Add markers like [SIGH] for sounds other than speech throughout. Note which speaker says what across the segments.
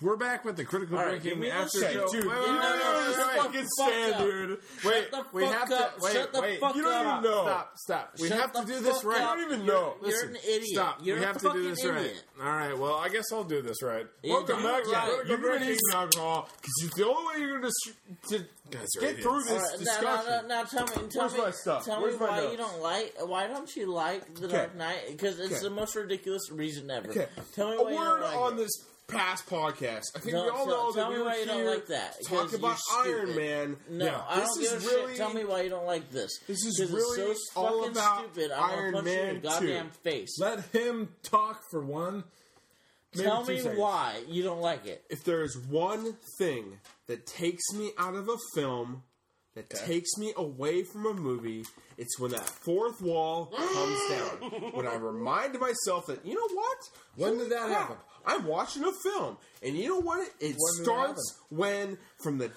Speaker 1: We're back with the critical
Speaker 2: All right, give
Speaker 1: drinking
Speaker 2: me the
Speaker 1: after
Speaker 2: shit,
Speaker 1: show.
Speaker 2: dude.
Speaker 1: Wait, wait,
Speaker 2: You
Speaker 1: wait,
Speaker 2: know
Speaker 1: wait,
Speaker 2: this
Speaker 1: wait,
Speaker 2: fucking
Speaker 1: wait.
Speaker 2: Fuck
Speaker 1: standard.
Speaker 2: Wait,
Speaker 1: Wait,
Speaker 2: the
Speaker 1: we
Speaker 2: fuck
Speaker 1: have
Speaker 2: up.
Speaker 1: to. Wait,
Speaker 2: Shut the
Speaker 1: wait.
Speaker 2: fuck
Speaker 1: you don't
Speaker 2: up.
Speaker 1: even know. Stop, stop. We
Speaker 2: Shut
Speaker 1: have to
Speaker 2: the
Speaker 1: do this
Speaker 2: fuck
Speaker 1: right.
Speaker 2: up.
Speaker 1: You don't even know.
Speaker 2: You're
Speaker 1: Listen,
Speaker 2: an idiot.
Speaker 1: Stop.
Speaker 2: You're
Speaker 1: we
Speaker 2: a
Speaker 1: have to do
Speaker 2: fucking
Speaker 1: this
Speaker 2: idiot.
Speaker 1: right. All right. Well, I guess I'll do this right.
Speaker 2: Yeah,
Speaker 1: Welcome
Speaker 2: you
Speaker 1: back
Speaker 2: got
Speaker 1: to
Speaker 2: it.
Speaker 1: Critical
Speaker 2: You're gonna
Speaker 1: Drinking
Speaker 2: eat-
Speaker 1: Alcohol because it's the only way you're going to are get idiots. through
Speaker 2: All
Speaker 1: this
Speaker 2: right, now,
Speaker 1: discussion.
Speaker 2: now, now, now tell me, tell
Speaker 1: Where's
Speaker 2: me,
Speaker 1: my stuff?
Speaker 2: tell
Speaker 1: Where's
Speaker 2: me
Speaker 1: my
Speaker 2: why
Speaker 1: notes?
Speaker 2: you don't like, why don't you like The
Speaker 1: Okay.
Speaker 2: Dark Knight? Because it's
Speaker 1: Okay.
Speaker 2: the most ridiculous reason ever.
Speaker 1: Okay.
Speaker 2: Tell me
Speaker 1: a
Speaker 2: why you don't
Speaker 1: word
Speaker 2: like
Speaker 1: on
Speaker 2: it.
Speaker 1: this past podcast. I think
Speaker 2: No,
Speaker 1: we all
Speaker 2: tell-
Speaker 1: know
Speaker 2: tell
Speaker 1: that we
Speaker 2: me
Speaker 1: were
Speaker 2: why you don't
Speaker 1: here
Speaker 2: like that,
Speaker 1: talking
Speaker 2: 'cause
Speaker 1: about
Speaker 2: you're
Speaker 1: Iron
Speaker 2: stupid.
Speaker 1: Man.
Speaker 2: No,
Speaker 1: Yeah.
Speaker 2: I
Speaker 1: this
Speaker 2: don't
Speaker 1: is
Speaker 2: give a
Speaker 1: really
Speaker 2: shit. Tell me why you don't like this.
Speaker 1: This is
Speaker 2: 'Cause
Speaker 1: really
Speaker 2: it's so
Speaker 1: all
Speaker 2: fucking
Speaker 1: about
Speaker 2: stupid. I'm gonna
Speaker 1: Iron
Speaker 2: punch you in
Speaker 1: Man
Speaker 2: your goddamn
Speaker 1: 2.
Speaker 2: face.
Speaker 1: Let him talk for one. maybe
Speaker 2: tell
Speaker 1: two
Speaker 2: me
Speaker 1: seconds.
Speaker 2: why you don't like it.
Speaker 1: If there is one thing that takes me out of a film, that takes me away from a movie, it's when that fourth wall comes [LAUGHS] down. When I remind myself that, you know what? When did that happen? I'm watching a film, and you know what? It
Speaker 3: did it
Speaker 1: starts when, from the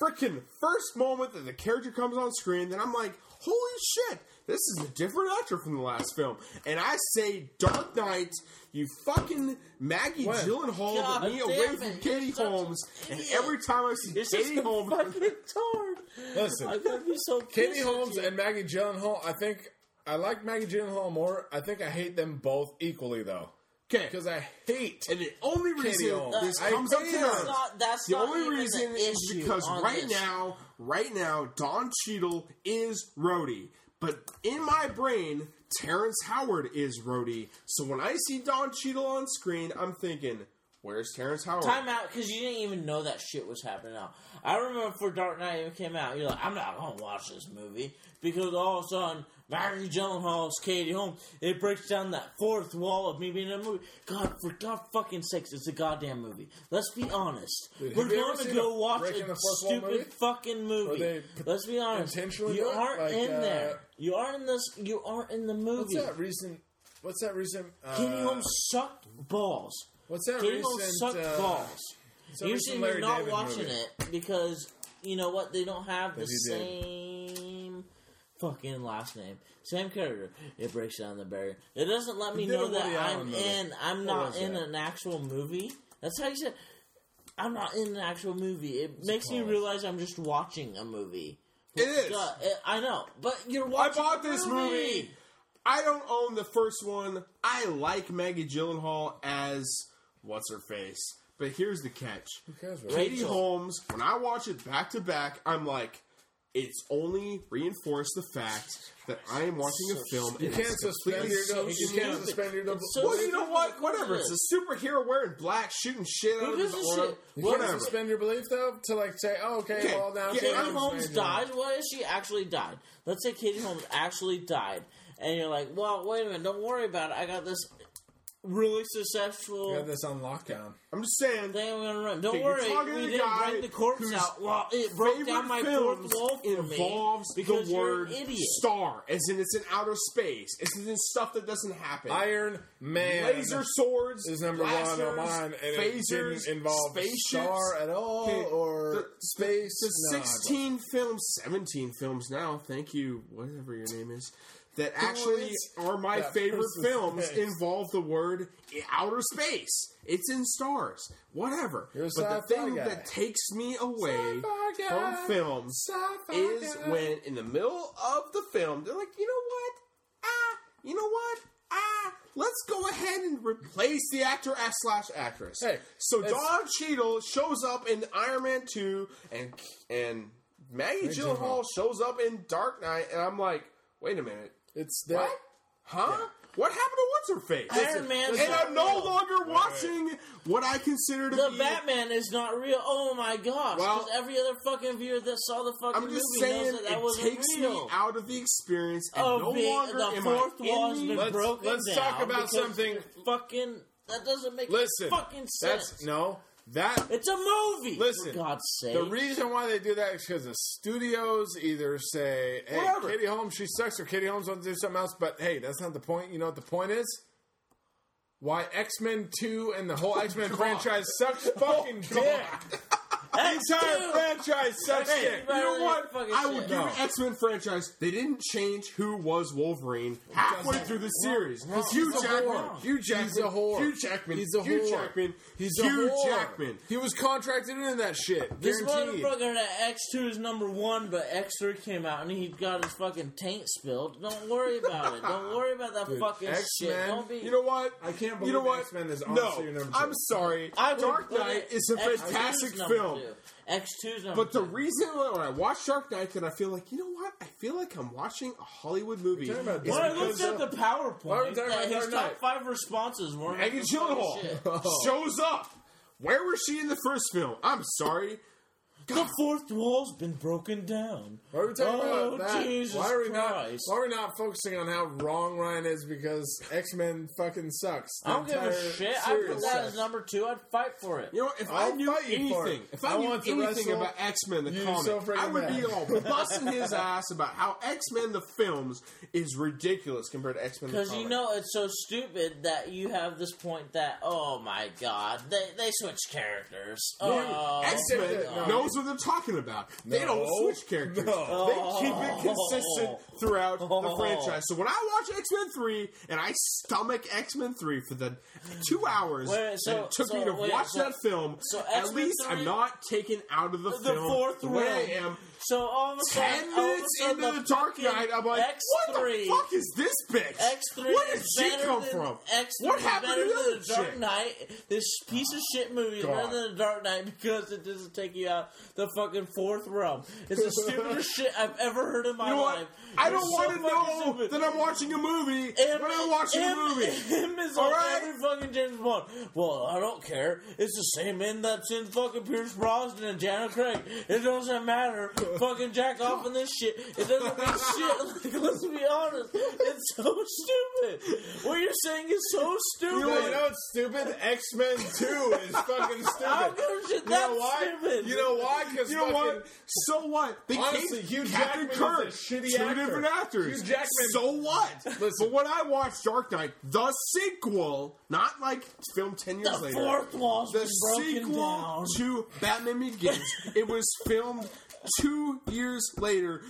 Speaker 1: freaking first moment that the character comes on screen, then I'm like, holy shit, this is a different actor from the last film. And I say, Dark Knight, you fucking Maggie Gyllenhaal,
Speaker 2: God
Speaker 1: with me
Speaker 2: damn
Speaker 1: away
Speaker 2: it,
Speaker 1: from
Speaker 2: you're
Speaker 1: Katie
Speaker 2: such an
Speaker 1: Holmes. And
Speaker 2: idiot.
Speaker 1: every time I see
Speaker 2: You're such
Speaker 1: Katie
Speaker 2: a
Speaker 1: Holmes,
Speaker 2: fucking tard.
Speaker 3: Listen.
Speaker 2: I'm gonna be so
Speaker 3: Katie
Speaker 2: pissed at
Speaker 3: Holmes
Speaker 2: you.
Speaker 3: and Maggie Gyllenhaal. I think I like Maggie Gyllenhaal more. I think I hate them both equally though,
Speaker 1: okay,
Speaker 3: because I hate.
Speaker 1: and the only reason
Speaker 3: Holmes.
Speaker 1: this
Speaker 3: I
Speaker 1: comes up
Speaker 3: hate
Speaker 1: to
Speaker 3: her.
Speaker 2: That's
Speaker 1: her
Speaker 2: not, that's
Speaker 1: The
Speaker 2: not
Speaker 1: only
Speaker 2: even
Speaker 1: reason
Speaker 2: the
Speaker 1: is
Speaker 2: issue
Speaker 1: because
Speaker 2: on
Speaker 1: right
Speaker 2: this.
Speaker 1: now, right now, Don Cheadle is Rhodey. But in my brain, Terrence Howard is Rhodey. So when I see Don Cheadle on screen, I'm thinking, where's Terrence Howard?
Speaker 2: Time out because you didn't even know that shit was happening. Out. I remember before Dark Knight even came out, you're like, I'm not gonna watch this movie because all of a sudden Maggie Gyllenhaal's Katie Holmes. It breaks down that fourth wall of me being in a movie. God, for God fucking sakes, it's a goddamn movie. Let's be honest. We're
Speaker 3: have you ever
Speaker 2: going to
Speaker 3: seen
Speaker 2: go
Speaker 3: a
Speaker 2: watch
Speaker 3: breaking
Speaker 2: a
Speaker 3: the fourth wall
Speaker 2: stupid
Speaker 3: movie?
Speaker 2: fucking movie.
Speaker 3: they
Speaker 2: Let's be honest.
Speaker 3: intentionally
Speaker 2: You
Speaker 3: do it?
Speaker 2: aren't
Speaker 3: Like,
Speaker 2: in
Speaker 3: uh,
Speaker 2: there. You aren't in this. You aren't in the
Speaker 3: What's
Speaker 2: movie.
Speaker 3: that recent? What's that recent? Uh,
Speaker 2: Katie Holmes sucked balls.
Speaker 3: What's that
Speaker 2: Katie Holmes
Speaker 3: recent?
Speaker 2: sucked
Speaker 3: uh,
Speaker 2: balls.
Speaker 3: what's that
Speaker 2: Usually
Speaker 3: recent
Speaker 2: you're
Speaker 3: Larry
Speaker 2: not
Speaker 3: David
Speaker 2: watching
Speaker 3: movie?
Speaker 2: it because you know what? They don't have the
Speaker 3: he did.
Speaker 2: same fucking last name, same character. It breaks down the barrier. It doesn't let me
Speaker 3: did a
Speaker 2: know that
Speaker 3: Woody Allen
Speaker 2: I'm
Speaker 3: movie.
Speaker 2: in. I'm
Speaker 3: was
Speaker 2: not in
Speaker 3: that?
Speaker 2: an actual movie. That's how you said. I'm not in an actual movie. It makes me realize I'm just watching a movie.
Speaker 1: It is.
Speaker 2: Duh, it- I know, but you're watching.
Speaker 1: bought
Speaker 2: a
Speaker 1: this movie. I don't own the first one. I like Maggie Gyllenhaal as what's her face. But here's the catch.
Speaker 3: cares what-
Speaker 1: Katie
Speaker 2: Rachel.
Speaker 1: Holmes, when I watch it back to back, I'm like, it's only reinforced the fact that I am watching a film.
Speaker 3: You
Speaker 1: and
Speaker 3: can't
Speaker 1: it's
Speaker 3: suspend
Speaker 1: completely
Speaker 3: your double. You can't
Speaker 2: stupid.
Speaker 3: suspend your double.
Speaker 2: It's so
Speaker 1: Well, you know what?
Speaker 2: Of
Speaker 1: Whatever.
Speaker 2: course it
Speaker 1: It's a superhero wearing black, shooting shit out of his
Speaker 2: gives a
Speaker 1: arm.
Speaker 2: shit?
Speaker 3: You
Speaker 2: What
Speaker 1: Whatever.
Speaker 3: can't suspend your belief though to like say, oh, okay,
Speaker 1: Okay,
Speaker 3: well now
Speaker 1: yeah,
Speaker 2: Katie
Speaker 3: Katie
Speaker 1: I'm-
Speaker 2: Holmes died. What if she actually died? Let's say Katie Holmes actually died, and you're like, "Well, wait a minute, don't worry about it. I got this really successful
Speaker 3: We have this on lockdown.
Speaker 1: I'm just saying.
Speaker 2: thing. I'm gonna run. Don't
Speaker 1: Okay, you're
Speaker 2: worry,
Speaker 1: talking to
Speaker 2: we
Speaker 1: the
Speaker 2: didn't
Speaker 1: guy
Speaker 2: bring the corpse
Speaker 1: whose
Speaker 2: out. Well, it broke down my fourth
Speaker 1: films
Speaker 2: wall for me
Speaker 1: involves
Speaker 2: because
Speaker 1: the word
Speaker 2: you're an idiot.
Speaker 1: star, as in it's in outer space, as in it's stuff that doesn't happen.
Speaker 3: Iron Man.
Speaker 1: Laser swords
Speaker 3: is number one
Speaker 1: blasters,
Speaker 3: on mine, and it
Speaker 1: phasers,
Speaker 3: didn't involve
Speaker 1: spaceships.
Speaker 3: star at all
Speaker 1: Okay,
Speaker 3: or
Speaker 1: the-
Speaker 3: space.
Speaker 1: The
Speaker 3: No, I don't-
Speaker 1: sixteen films, seventeen films now. Thank you, whatever your name is. That actually
Speaker 3: it's-
Speaker 1: are my
Speaker 3: that
Speaker 1: favorite
Speaker 3: person's
Speaker 1: films.
Speaker 3: face.
Speaker 1: Involve the word i- outer space. It's in stars, whatever.
Speaker 3: You're a
Speaker 1: but the
Speaker 3: sci-fi
Speaker 1: thing
Speaker 3: guy.
Speaker 1: that takes me away
Speaker 3: Sci-fi guy.
Speaker 1: from films
Speaker 3: Sci-fi
Speaker 1: is
Speaker 3: guy.
Speaker 1: when in the middle of the film they're like, you know what? Ah, you know what? Ah, let's go ahead and replace the actor as slash actress.
Speaker 3: Hey,
Speaker 1: so
Speaker 3: it's-
Speaker 1: Don Cheadle shows up in Iron Man two, and and Maggie Gyllenhaal
Speaker 3: Gyllenhaal.
Speaker 1: shows up in Dark Knight, and I'm like, wait a minute,
Speaker 3: It's that.
Speaker 1: what? Huh? What happened to what's her face?
Speaker 2: Iron Man's
Speaker 1: and
Speaker 2: not
Speaker 1: I'm no
Speaker 2: real.
Speaker 1: longer watching what I consider to
Speaker 2: The
Speaker 1: be
Speaker 2: Batman is not real. Oh my gosh!
Speaker 1: Well-
Speaker 2: Because every other fucking viewer that saw the fucking
Speaker 1: I'm just
Speaker 2: movie
Speaker 1: saying,
Speaker 2: knows that that
Speaker 1: it
Speaker 2: wasn't
Speaker 1: takes
Speaker 2: real.
Speaker 1: me out of the experience, and
Speaker 2: Oh,
Speaker 1: no
Speaker 2: being-
Speaker 1: longer
Speaker 2: the
Speaker 1: am
Speaker 2: fourth
Speaker 1: I
Speaker 2: wall has
Speaker 1: in
Speaker 2: been
Speaker 1: the-
Speaker 3: Let's-
Speaker 2: broken
Speaker 3: let's
Speaker 2: down
Speaker 3: talk about
Speaker 2: because
Speaker 3: something-
Speaker 2: you're Fucking that doesn't make
Speaker 3: Listen,
Speaker 2: fucking sense.
Speaker 3: that's no. That
Speaker 2: It's a movie.
Speaker 3: Listen,
Speaker 2: for God's sake.
Speaker 3: the reason why they do that is because the studios either say, "Hey,
Speaker 1: Whatever.
Speaker 3: Katie Holmes, she sucks," or "Katie Holmes wants to do something else." But hey, that's not the point. You know what the point is? Why X Men
Speaker 2: [LAUGHS] Oh,
Speaker 3: Two and the whole X Men franchise sucks fucking dick.
Speaker 2: X
Speaker 3: entire
Speaker 2: two.
Speaker 1: franchise sucks
Speaker 3: Hey,
Speaker 1: dick.
Speaker 2: you
Speaker 1: You
Speaker 2: better
Speaker 1: know
Speaker 2: leave
Speaker 1: what?
Speaker 2: fucking
Speaker 1: I would
Speaker 2: shit.
Speaker 1: give
Speaker 3: No.
Speaker 1: an X Men franchise. They didn't change who was Wolverine halfway
Speaker 3: doesn't.
Speaker 1: through the series. Hugh
Speaker 3: He's a
Speaker 1: Jackman.
Speaker 3: whore.
Speaker 1: Hugh Jackman.
Speaker 3: He's a whore.
Speaker 1: Hugh Jackman.
Speaker 3: He's a
Speaker 1: Hugh
Speaker 3: whore.
Speaker 1: Jackman.
Speaker 3: He's a
Speaker 1: Hugh
Speaker 3: whore.
Speaker 1: Jackman.
Speaker 3: He was contracted into that shit.
Speaker 2: This
Speaker 3: Guaranteed.
Speaker 2: motherfucker that X2 is number one, but X3 came out and he got his fucking taint spilled. Don't worry about it. Don't worry about that fucking shit.
Speaker 3: X-Men,
Speaker 2: Don't be.
Speaker 1: You know what?
Speaker 4: I can't
Speaker 1: You
Speaker 4: believe
Speaker 1: know what?
Speaker 4: X-Men is
Speaker 1: no,
Speaker 4: honestly your number two.
Speaker 1: I'm sorry.
Speaker 2: I would
Speaker 1: Dark
Speaker 2: put
Speaker 1: Knight
Speaker 2: it-
Speaker 1: is a
Speaker 2: X2's
Speaker 1: fantastic
Speaker 2: number
Speaker 1: film.
Speaker 2: two. X2's number
Speaker 1: But the
Speaker 2: two.
Speaker 1: reason why- when I watch Dark Knight, that I feel like, you know what? I feel like I'm watching a Hollywood movie.
Speaker 4: talking about
Speaker 1: It's
Speaker 2: When I
Speaker 1: because
Speaker 2: looked at the PowerPoint,
Speaker 3: we talking about
Speaker 2: that his
Speaker 3: Dark
Speaker 2: top
Speaker 3: Knight?
Speaker 2: five responses weren't.
Speaker 1: Maggie
Speaker 2: the fucking
Speaker 1: [LAUGHS]
Speaker 2: shit.
Speaker 1: Gyllenhaal shows up. Where was she in the first film? I'm sorry.
Speaker 2: The fourth wall's been broken down.
Speaker 3: Why are we talking
Speaker 2: oh,
Speaker 3: about that?
Speaker 2: Jesus
Speaker 3: why are we
Speaker 2: Christ.
Speaker 3: not? Why are we not focusing on how wrong Ryan is because X Men fucking sucks. The
Speaker 2: I don't give a
Speaker 3: entire
Speaker 2: shit. I
Speaker 3: series
Speaker 2: put that
Speaker 3: sucks.
Speaker 2: as number two. I'd fight for it.
Speaker 1: You know, if i
Speaker 3: I'll
Speaker 1: knew
Speaker 3: fight you for it.
Speaker 1: anything, if I,
Speaker 3: I
Speaker 1: knew
Speaker 3: want to
Speaker 1: anything
Speaker 3: wrestle
Speaker 1: about X Men the
Speaker 3: you
Speaker 1: comic,
Speaker 3: so freaking
Speaker 1: I would be
Speaker 3: bad.
Speaker 1: all busting his ass about how X Men the films is ridiculous compared to X Men the comic.
Speaker 2: Because you know it's so stupid that you have this point that oh my god they they switch characters. Oh,
Speaker 1: X Men
Speaker 3: no.
Speaker 1: knows what they're talking about. They
Speaker 3: No.
Speaker 1: don't switch characters.
Speaker 3: No.
Speaker 1: They keep it consistent throughout the
Speaker 2: [LAUGHS] Oh.
Speaker 1: franchise. So when I watch X Men three and I stomach X Men three for the two hours
Speaker 2: Wait, so-
Speaker 1: that it took me
Speaker 2: so,
Speaker 1: to
Speaker 2: wait,
Speaker 1: watch
Speaker 2: so-
Speaker 1: that film,
Speaker 2: so
Speaker 1: at
Speaker 2: X-Men
Speaker 1: least I'm
Speaker 2: 3
Speaker 1: not taken out of the,
Speaker 2: the
Speaker 1: film
Speaker 2: fourth
Speaker 1: the way
Speaker 2: round.
Speaker 1: I am.
Speaker 2: So all of a sudden,
Speaker 1: Ten
Speaker 2: all of a
Speaker 1: minutes
Speaker 2: sudden
Speaker 1: into the, Dark
Speaker 2: fucking
Speaker 1: Knight, I'm like, what the
Speaker 2: X3
Speaker 1: fuck is this bitch?
Speaker 2: X three.
Speaker 1: Where did
Speaker 2: is
Speaker 1: she
Speaker 2: better
Speaker 1: come
Speaker 2: than-
Speaker 1: from?
Speaker 2: X three
Speaker 1: What
Speaker 2: is
Speaker 1: happened
Speaker 2: better
Speaker 1: to the
Speaker 2: than
Speaker 1: other
Speaker 2: the Dark
Speaker 1: chick?
Speaker 2: Knight? This piece of shit movie is
Speaker 1: God.
Speaker 2: better than the Dark Knight because it doesn't take you out the fucking fourth realm. It's the
Speaker 1: [LAUGHS]
Speaker 2: stupidest shit I've ever heard in my
Speaker 1: You know what?
Speaker 2: life.
Speaker 1: I
Speaker 2: It's so
Speaker 1: don't want to
Speaker 2: fucking
Speaker 1: know
Speaker 2: stupid.
Speaker 1: that I'm watching a movie
Speaker 2: M-
Speaker 1: when I'm watching
Speaker 2: M-
Speaker 1: a movie.
Speaker 2: M is
Speaker 1: All
Speaker 2: on
Speaker 1: right?
Speaker 2: every fucking James Bond. Well, I don't care. It's the same end that's in fucking Pierce Brosnan and Janet Craig. It doesn't matter. fucking jack off in this shit. It doesn't mean shit. [LAUGHS] Like, let's be honest. It's so stupid. What you're saying is so stupid.
Speaker 3: No, you know what's stupid? X Men Two is
Speaker 1: [LAUGHS]
Speaker 3: fucking
Speaker 2: I
Speaker 3: stupid.
Speaker 2: don't give a shit.
Speaker 3: You know
Speaker 2: That's
Speaker 3: why?
Speaker 2: stupid.
Speaker 3: You know why? Because
Speaker 1: You know what? So what? They
Speaker 3: Honestly,
Speaker 1: gave
Speaker 3: Hugh
Speaker 1: Captain
Speaker 3: Jackman
Speaker 1: Kirk
Speaker 3: is a shitty
Speaker 1: two
Speaker 3: actor.
Speaker 1: different actors.
Speaker 3: Hugh Jackman-
Speaker 1: So what?
Speaker 3: Listen.
Speaker 1: But when I watched Dark Knight, the sequel, not like film ten years
Speaker 2: the
Speaker 1: later,
Speaker 2: fourth wall's
Speaker 1: the
Speaker 2: been broken
Speaker 1: sequel
Speaker 2: down.
Speaker 1: to Batman Begins, it was filmed two years later.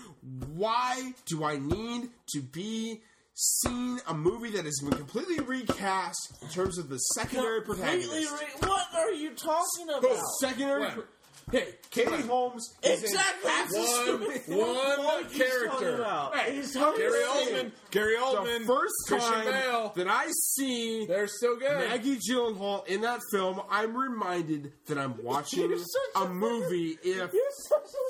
Speaker 1: Why do I need to be? Seen a movie that has been completely recast in terms of the secondary protagonist.
Speaker 2: Completely re- what are you talking about?
Speaker 1: The secondary.
Speaker 3: When?
Speaker 1: pro- Hey, Katie
Speaker 3: When?
Speaker 1: Holmes. is in
Speaker 2: Exactly.
Speaker 1: half the
Speaker 3: One-
Speaker 1: stupid
Speaker 3: one
Speaker 2: [LAUGHS]
Speaker 1: film.
Speaker 2: What are you
Speaker 3: character.
Speaker 2: talking about?
Speaker 1: Hey,
Speaker 2: It's
Speaker 3: Gary
Speaker 2: unreal.
Speaker 3: Oldman. Gary Oldman.
Speaker 1: The first
Speaker 3: Christian
Speaker 1: time
Speaker 3: Bale.
Speaker 1: that I see
Speaker 3: They're still good.
Speaker 1: Maggie Gyllenhaal in that film, I'm reminded that I'm watching
Speaker 2: You're such
Speaker 1: a
Speaker 2: a-
Speaker 1: movie in a
Speaker 2: You're such a-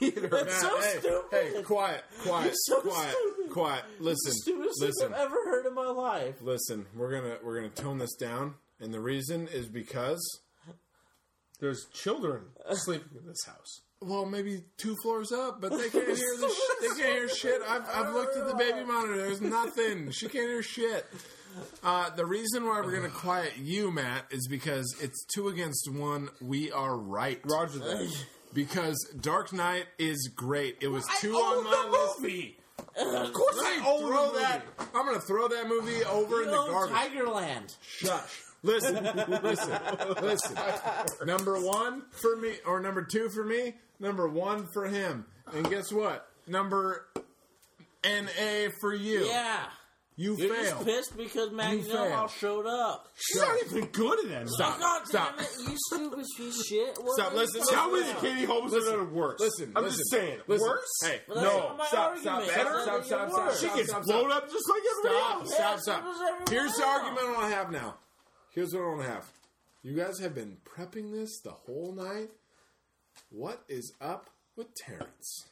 Speaker 1: theater.
Speaker 2: It's so
Speaker 3: hey,
Speaker 2: stupid.
Speaker 3: Hey, quiet, quiet,
Speaker 2: so
Speaker 3: quiet,
Speaker 2: stupid.
Speaker 3: quiet. Listen,
Speaker 2: It's the stupidest
Speaker 3: listen.
Speaker 2: thing I've ever heard in my life.
Speaker 3: listen, we're gonna we're gonna tone this down, and the reason is because
Speaker 1: There's children sleeping in this house.
Speaker 3: well, maybe two floors up,
Speaker 1: [LAUGHS]
Speaker 3: but they can't hear the sh- they can't hear shit. I've I've looked at the baby monitor. There's nothing. She can't hear shit. Uh, the reason why we're gonna quiet you, Matt, is because it's two against one. We are right.
Speaker 1: Roger that.
Speaker 3: Because Dark Knight is great. It was two
Speaker 1: I
Speaker 3: on
Speaker 1: own
Speaker 3: my
Speaker 1: the
Speaker 3: list.
Speaker 1: movie.
Speaker 2: Of
Speaker 1: course
Speaker 3: I
Speaker 1: I own
Speaker 3: throw
Speaker 1: the
Speaker 3: that.
Speaker 1: movie.
Speaker 3: I'm gonna throw that movie over in the garbage.
Speaker 2: Tigerland.
Speaker 3: Shush. Listen, listen, listen. Number one for me, or number two for me, number one for him. And guess what? Number NA for you.
Speaker 2: Yeah.
Speaker 3: You
Speaker 2: You're just
Speaker 3: failed.
Speaker 2: pissed because Maggie
Speaker 3: failed.
Speaker 2: Gyllenhaal showed up. Oh,
Speaker 1: She's not even good at that.
Speaker 3: Stop.
Speaker 2: God
Speaker 3: Stop.
Speaker 2: damn it,
Speaker 3: [LAUGHS]
Speaker 2: you stupid piece of shit. What
Speaker 3: Stop,
Speaker 2: are you
Speaker 3: listen,
Speaker 2: talking
Speaker 1: Tell me
Speaker 2: about?
Speaker 1: that Katie Holmes is not worse.
Speaker 3: Listen,
Speaker 1: I'm
Speaker 3: listen,
Speaker 1: just saying.
Speaker 3: listen.
Speaker 1: Worse?
Speaker 3: Hey,
Speaker 2: Well, that's
Speaker 3: no,
Speaker 2: not my
Speaker 3: stop, stop,
Speaker 2: argument.
Speaker 3: stop,
Speaker 2: That's
Speaker 3: stop,
Speaker 2: not
Speaker 3: stop,
Speaker 2: your
Speaker 3: stop,
Speaker 2: word.
Speaker 1: She
Speaker 3: stop,
Speaker 1: gets
Speaker 3: stop,
Speaker 1: blown
Speaker 3: stop.
Speaker 1: up just like everybody
Speaker 3: Stop,
Speaker 1: else.
Speaker 3: stop,
Speaker 2: so
Speaker 3: stop.
Speaker 2: does everyone
Speaker 3: Here's the
Speaker 2: else.
Speaker 3: argument I have now. Here's what I want to have. You guys have been prepping this the whole night. What is up with Terrence?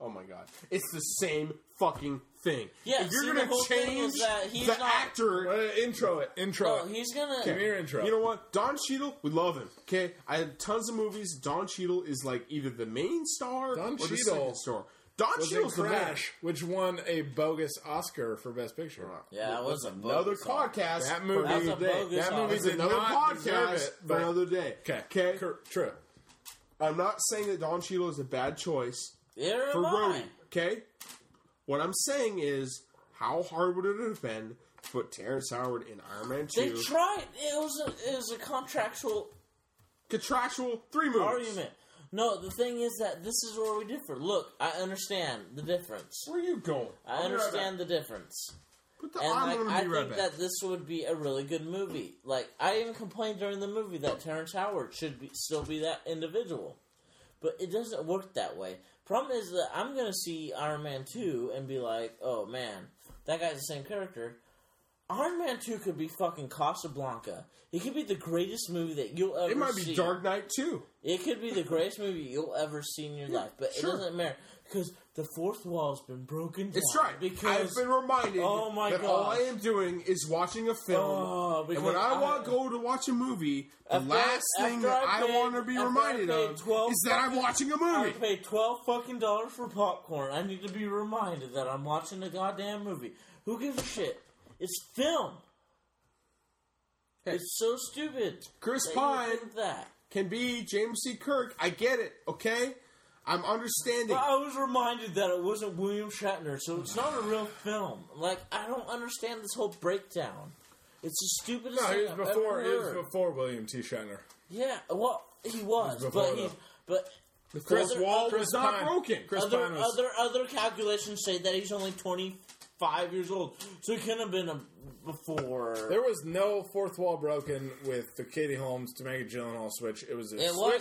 Speaker 1: Oh my god. It's the same fucking thing.
Speaker 2: Yeah,
Speaker 1: if you're
Speaker 2: see,
Speaker 1: gonna
Speaker 2: the whole thing
Speaker 1: change
Speaker 2: is that he's
Speaker 1: the
Speaker 2: not-
Speaker 1: actor,
Speaker 3: Uh, intro it. Intro
Speaker 2: No,
Speaker 3: it.
Speaker 2: he's gonna.
Speaker 3: Give me your intro.
Speaker 1: you know what? Don Cheadle, we love him. Okay, I had tons of movies. Don Cheadle is like either the main star
Speaker 3: Don
Speaker 1: or the
Speaker 3: Cheadle
Speaker 1: second star. Don
Speaker 3: was in
Speaker 1: Cheadle's the man.
Speaker 3: Crash, which won a bogus Oscar for Best Picture.
Speaker 2: Yeah, that was a
Speaker 1: Another
Speaker 2: bogus song.
Speaker 1: podcast.
Speaker 3: That
Speaker 1: for
Speaker 3: movie,
Speaker 1: another
Speaker 2: That's a
Speaker 1: day.
Speaker 2: bogus
Speaker 3: that movie
Speaker 1: It's
Speaker 2: Oscar.
Speaker 3: did
Speaker 1: another
Speaker 3: not deserve
Speaker 1: podcast
Speaker 3: it.
Speaker 1: for
Speaker 3: But
Speaker 1: another day.
Speaker 3: okay,
Speaker 1: okay.
Speaker 3: Cor- true.
Speaker 1: I'm not saying that Don Cheadle is a bad choice.
Speaker 2: Here
Speaker 1: for
Speaker 2: am I.
Speaker 1: Rhodey. Okay. What I'm saying is, how hard would it have been to put Terrence Howard in Iron Man
Speaker 2: They
Speaker 1: Two?
Speaker 2: tried. It was a, it was a contractual
Speaker 1: Contractual three movies.
Speaker 2: argument. No, the thing is that this is where we differ. Look, I understand the difference.
Speaker 1: Where are you going?
Speaker 2: I
Speaker 1: I'll be right
Speaker 2: understand
Speaker 1: back.
Speaker 2: the difference.
Speaker 3: Put the
Speaker 2: And
Speaker 3: I'm
Speaker 2: like,
Speaker 3: gonna
Speaker 2: I
Speaker 3: be
Speaker 2: think
Speaker 3: right back.
Speaker 2: that this would be a really good movie. Like I even complained during the movie that Terrence Howard should be, still be that individual, but it doesn't work that way. Problem is that I'm gonna see Iron Man two and be like, oh man, that guy's the same character. Iron Man two could be fucking Casablanca. It could be the greatest movie that you'll ever.
Speaker 1: It might be
Speaker 2: see.
Speaker 1: Dark Knight too.
Speaker 2: It could be the greatest movie you'll ever see in your life, but
Speaker 1: sure.
Speaker 2: it doesn't matter because the fourth wall's been broken. Down
Speaker 1: It's right. I've
Speaker 2: Because
Speaker 1: been reminded
Speaker 2: Oh my
Speaker 1: that all I
Speaker 2: gosh.
Speaker 1: am doing is watching a film.
Speaker 2: Oh,
Speaker 1: and when
Speaker 2: because
Speaker 1: I,
Speaker 2: I-
Speaker 1: want to go to watch a movie, the
Speaker 2: After-
Speaker 1: last thing
Speaker 2: after
Speaker 1: that
Speaker 2: I
Speaker 1: I,
Speaker 2: paid-
Speaker 1: want to be
Speaker 2: after I
Speaker 1: reminded
Speaker 2: paid
Speaker 1: of
Speaker 2: 12
Speaker 1: is that I'm watching a
Speaker 2: I
Speaker 1: movie.
Speaker 2: paid twelve fucking dollars for popcorn. I need to be reminded that I'm watching a goddamn movie. Who gives a shit? It's film.
Speaker 1: Hey.
Speaker 2: It's so stupid.
Speaker 1: Chris
Speaker 2: that you
Speaker 1: Pine
Speaker 2: think that.
Speaker 1: can be James C. Kirk. I get it. Okay, I'm understanding.
Speaker 2: But I was reminded that it wasn't William Shatner, so it's not a real film. Like I don't understand this whole breakdown. It's the stupidest
Speaker 3: no,
Speaker 2: thing
Speaker 3: he was
Speaker 2: I've
Speaker 3: before.
Speaker 2: ever
Speaker 3: He was
Speaker 2: heard.
Speaker 3: before William T. Shatner.
Speaker 2: Yeah, well, he was,
Speaker 3: Before
Speaker 2: but
Speaker 3: that.
Speaker 2: he, but
Speaker 1: Chris
Speaker 2: other-
Speaker 1: Wall
Speaker 2: other-
Speaker 1: was not
Speaker 3: Pine.
Speaker 1: broken.
Speaker 3: Chris
Speaker 2: other
Speaker 3: Pine was.
Speaker 2: other other calculations say that he's only twenty five years old, so he couldn't have been a, before.
Speaker 3: There was no fourth wall broken with the Katie Holmes to make a Gyllenhaal switch. It was a
Speaker 2: it
Speaker 3: switch.
Speaker 2: was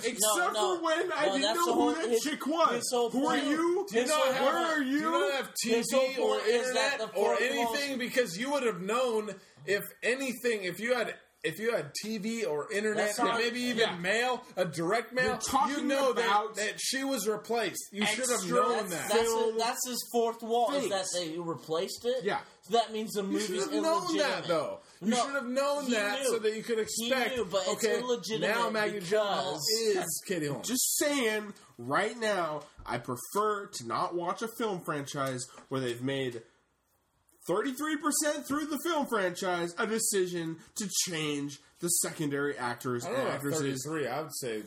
Speaker 2: no,
Speaker 1: Except
Speaker 2: no.
Speaker 1: for when I
Speaker 2: No, that's
Speaker 1: didn't know
Speaker 2: the
Speaker 1: who
Speaker 2: whole-
Speaker 1: that
Speaker 2: his-
Speaker 1: chick was.
Speaker 2: his whole
Speaker 1: Who are
Speaker 2: point-
Speaker 1: you?
Speaker 3: Do
Speaker 2: his whole
Speaker 3: not have,
Speaker 1: where
Speaker 2: point-
Speaker 1: are you?
Speaker 3: Do not have
Speaker 2: His
Speaker 3: TV
Speaker 2: whole
Speaker 3: or
Speaker 2: point is that
Speaker 3: internet
Speaker 2: the
Speaker 3: or
Speaker 2: fourth wall-
Speaker 3: anything because you would have known if anything if you had if you had TV or internet
Speaker 2: That's
Speaker 3: or
Speaker 2: not-
Speaker 3: maybe even
Speaker 1: yeah.
Speaker 3: mail a direct mail
Speaker 1: You're talking
Speaker 3: you know
Speaker 1: about
Speaker 3: that, that she was replaced you should have
Speaker 1: extra-
Speaker 3: known
Speaker 1: that's-
Speaker 3: that
Speaker 2: That's,
Speaker 1: film
Speaker 2: his, that's his fourth wall is that
Speaker 1: things.
Speaker 2: they replaced it.
Speaker 1: Yeah.
Speaker 2: so that means the
Speaker 3: you
Speaker 2: movie's
Speaker 3: should have known that
Speaker 2: illegitimate.
Speaker 3: though you
Speaker 2: No,
Speaker 3: should have known
Speaker 2: he
Speaker 3: that
Speaker 2: knew.
Speaker 3: so that you could expect
Speaker 2: knew, but it's
Speaker 3: okay
Speaker 2: illegitimate
Speaker 3: now Maggie Gyllenhaal
Speaker 2: because-
Speaker 3: is Katie Holmes
Speaker 1: Just saying, right now, I prefer to not watch a film franchise where they've made 33% through the film franchise a decision to change the secondary actors
Speaker 3: I
Speaker 1: and
Speaker 3: don't know about
Speaker 1: actresses.
Speaker 3: 33 I would say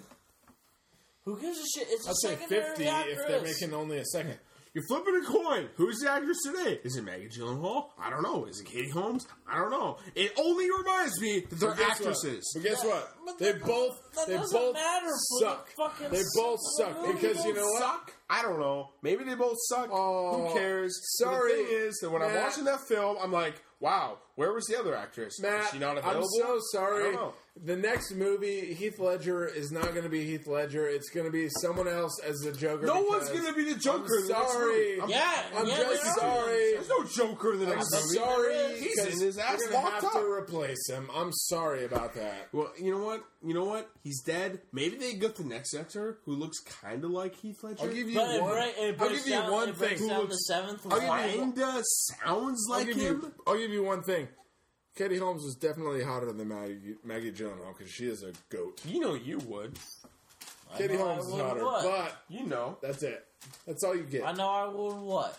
Speaker 2: Who gives a shit? It's a
Speaker 3: I'd say
Speaker 2: secondary
Speaker 3: 50
Speaker 2: actress.
Speaker 3: if they're making only a second
Speaker 1: You're flipping a coin. Who's the actress today? Is it Maggie Gyllenhaal? I don't know. Is it Katie Holmes? I don't know. It only reminds me that they're
Speaker 3: But guess what?
Speaker 1: actresses.
Speaker 3: But guess
Speaker 2: Yeah,
Speaker 3: what?
Speaker 2: but
Speaker 3: they
Speaker 2: that-
Speaker 3: both
Speaker 2: that
Speaker 3: they
Speaker 2: doesn't
Speaker 3: both
Speaker 2: matter for the
Speaker 3: suck.
Speaker 2: fucking
Speaker 3: they both
Speaker 2: suck of
Speaker 3: suck
Speaker 2: the movie.
Speaker 3: because you know what?
Speaker 1: suck? I don't know. Maybe they both suck.
Speaker 3: Oh,
Speaker 1: Who cares?
Speaker 3: sorry,
Speaker 1: The thing is that when I'm
Speaker 3: Matt.
Speaker 1: watching that film, I'm like, wow, where was the other actress?
Speaker 3: Matt,
Speaker 1: was she
Speaker 3: I'm
Speaker 1: not available?
Speaker 3: so
Speaker 1: I
Speaker 3: sorry.
Speaker 1: don't know.
Speaker 3: The next movie, Heath Ledger is not going to be Heath Ledger. It's going to be someone else as the Joker.
Speaker 1: No one's
Speaker 3: because-
Speaker 1: gonna be the Joker.
Speaker 3: I'm
Speaker 1: in the next
Speaker 3: sorry.
Speaker 1: movie. I'm-
Speaker 2: Yeah,
Speaker 3: I'm
Speaker 2: yeah,
Speaker 3: just
Speaker 2: they are.
Speaker 3: sorry.
Speaker 1: There's no Joker in the
Speaker 3: I'm
Speaker 1: next movie.
Speaker 3: sorry.
Speaker 1: He's
Speaker 3: 'cause
Speaker 1: in his ass
Speaker 3: We're gonna
Speaker 1: locked
Speaker 3: have
Speaker 1: up.
Speaker 3: to replace him. I'm sorry about that.
Speaker 1: Well, you know what? You know what? He's dead. Maybe they get the next actor who looks kind of like Heath Ledger.
Speaker 3: I'll give you
Speaker 2: But it,
Speaker 3: one.
Speaker 2: break, it
Speaker 3: I'll
Speaker 2: breaks
Speaker 3: give you
Speaker 2: down,
Speaker 3: one
Speaker 2: it breaks
Speaker 3: thing.
Speaker 2: down
Speaker 3: Who
Speaker 2: the
Speaker 3: looks-
Speaker 2: seventh
Speaker 1: I'll
Speaker 2: line.
Speaker 1: give you kinda sounds
Speaker 3: I'll
Speaker 1: like
Speaker 3: give
Speaker 1: him.
Speaker 3: you. I'll give you one thing. Katie Holmes was definitely hotter than Maggie, Maggie Gyllenhaal because she is a goat.
Speaker 1: You know you would.
Speaker 3: Katie
Speaker 2: know I
Speaker 3: Holmes is
Speaker 2: would
Speaker 3: hotter,
Speaker 2: what?
Speaker 3: but
Speaker 1: You know.
Speaker 3: that's it. That's all you
Speaker 2: I
Speaker 3: get.
Speaker 2: know I would what?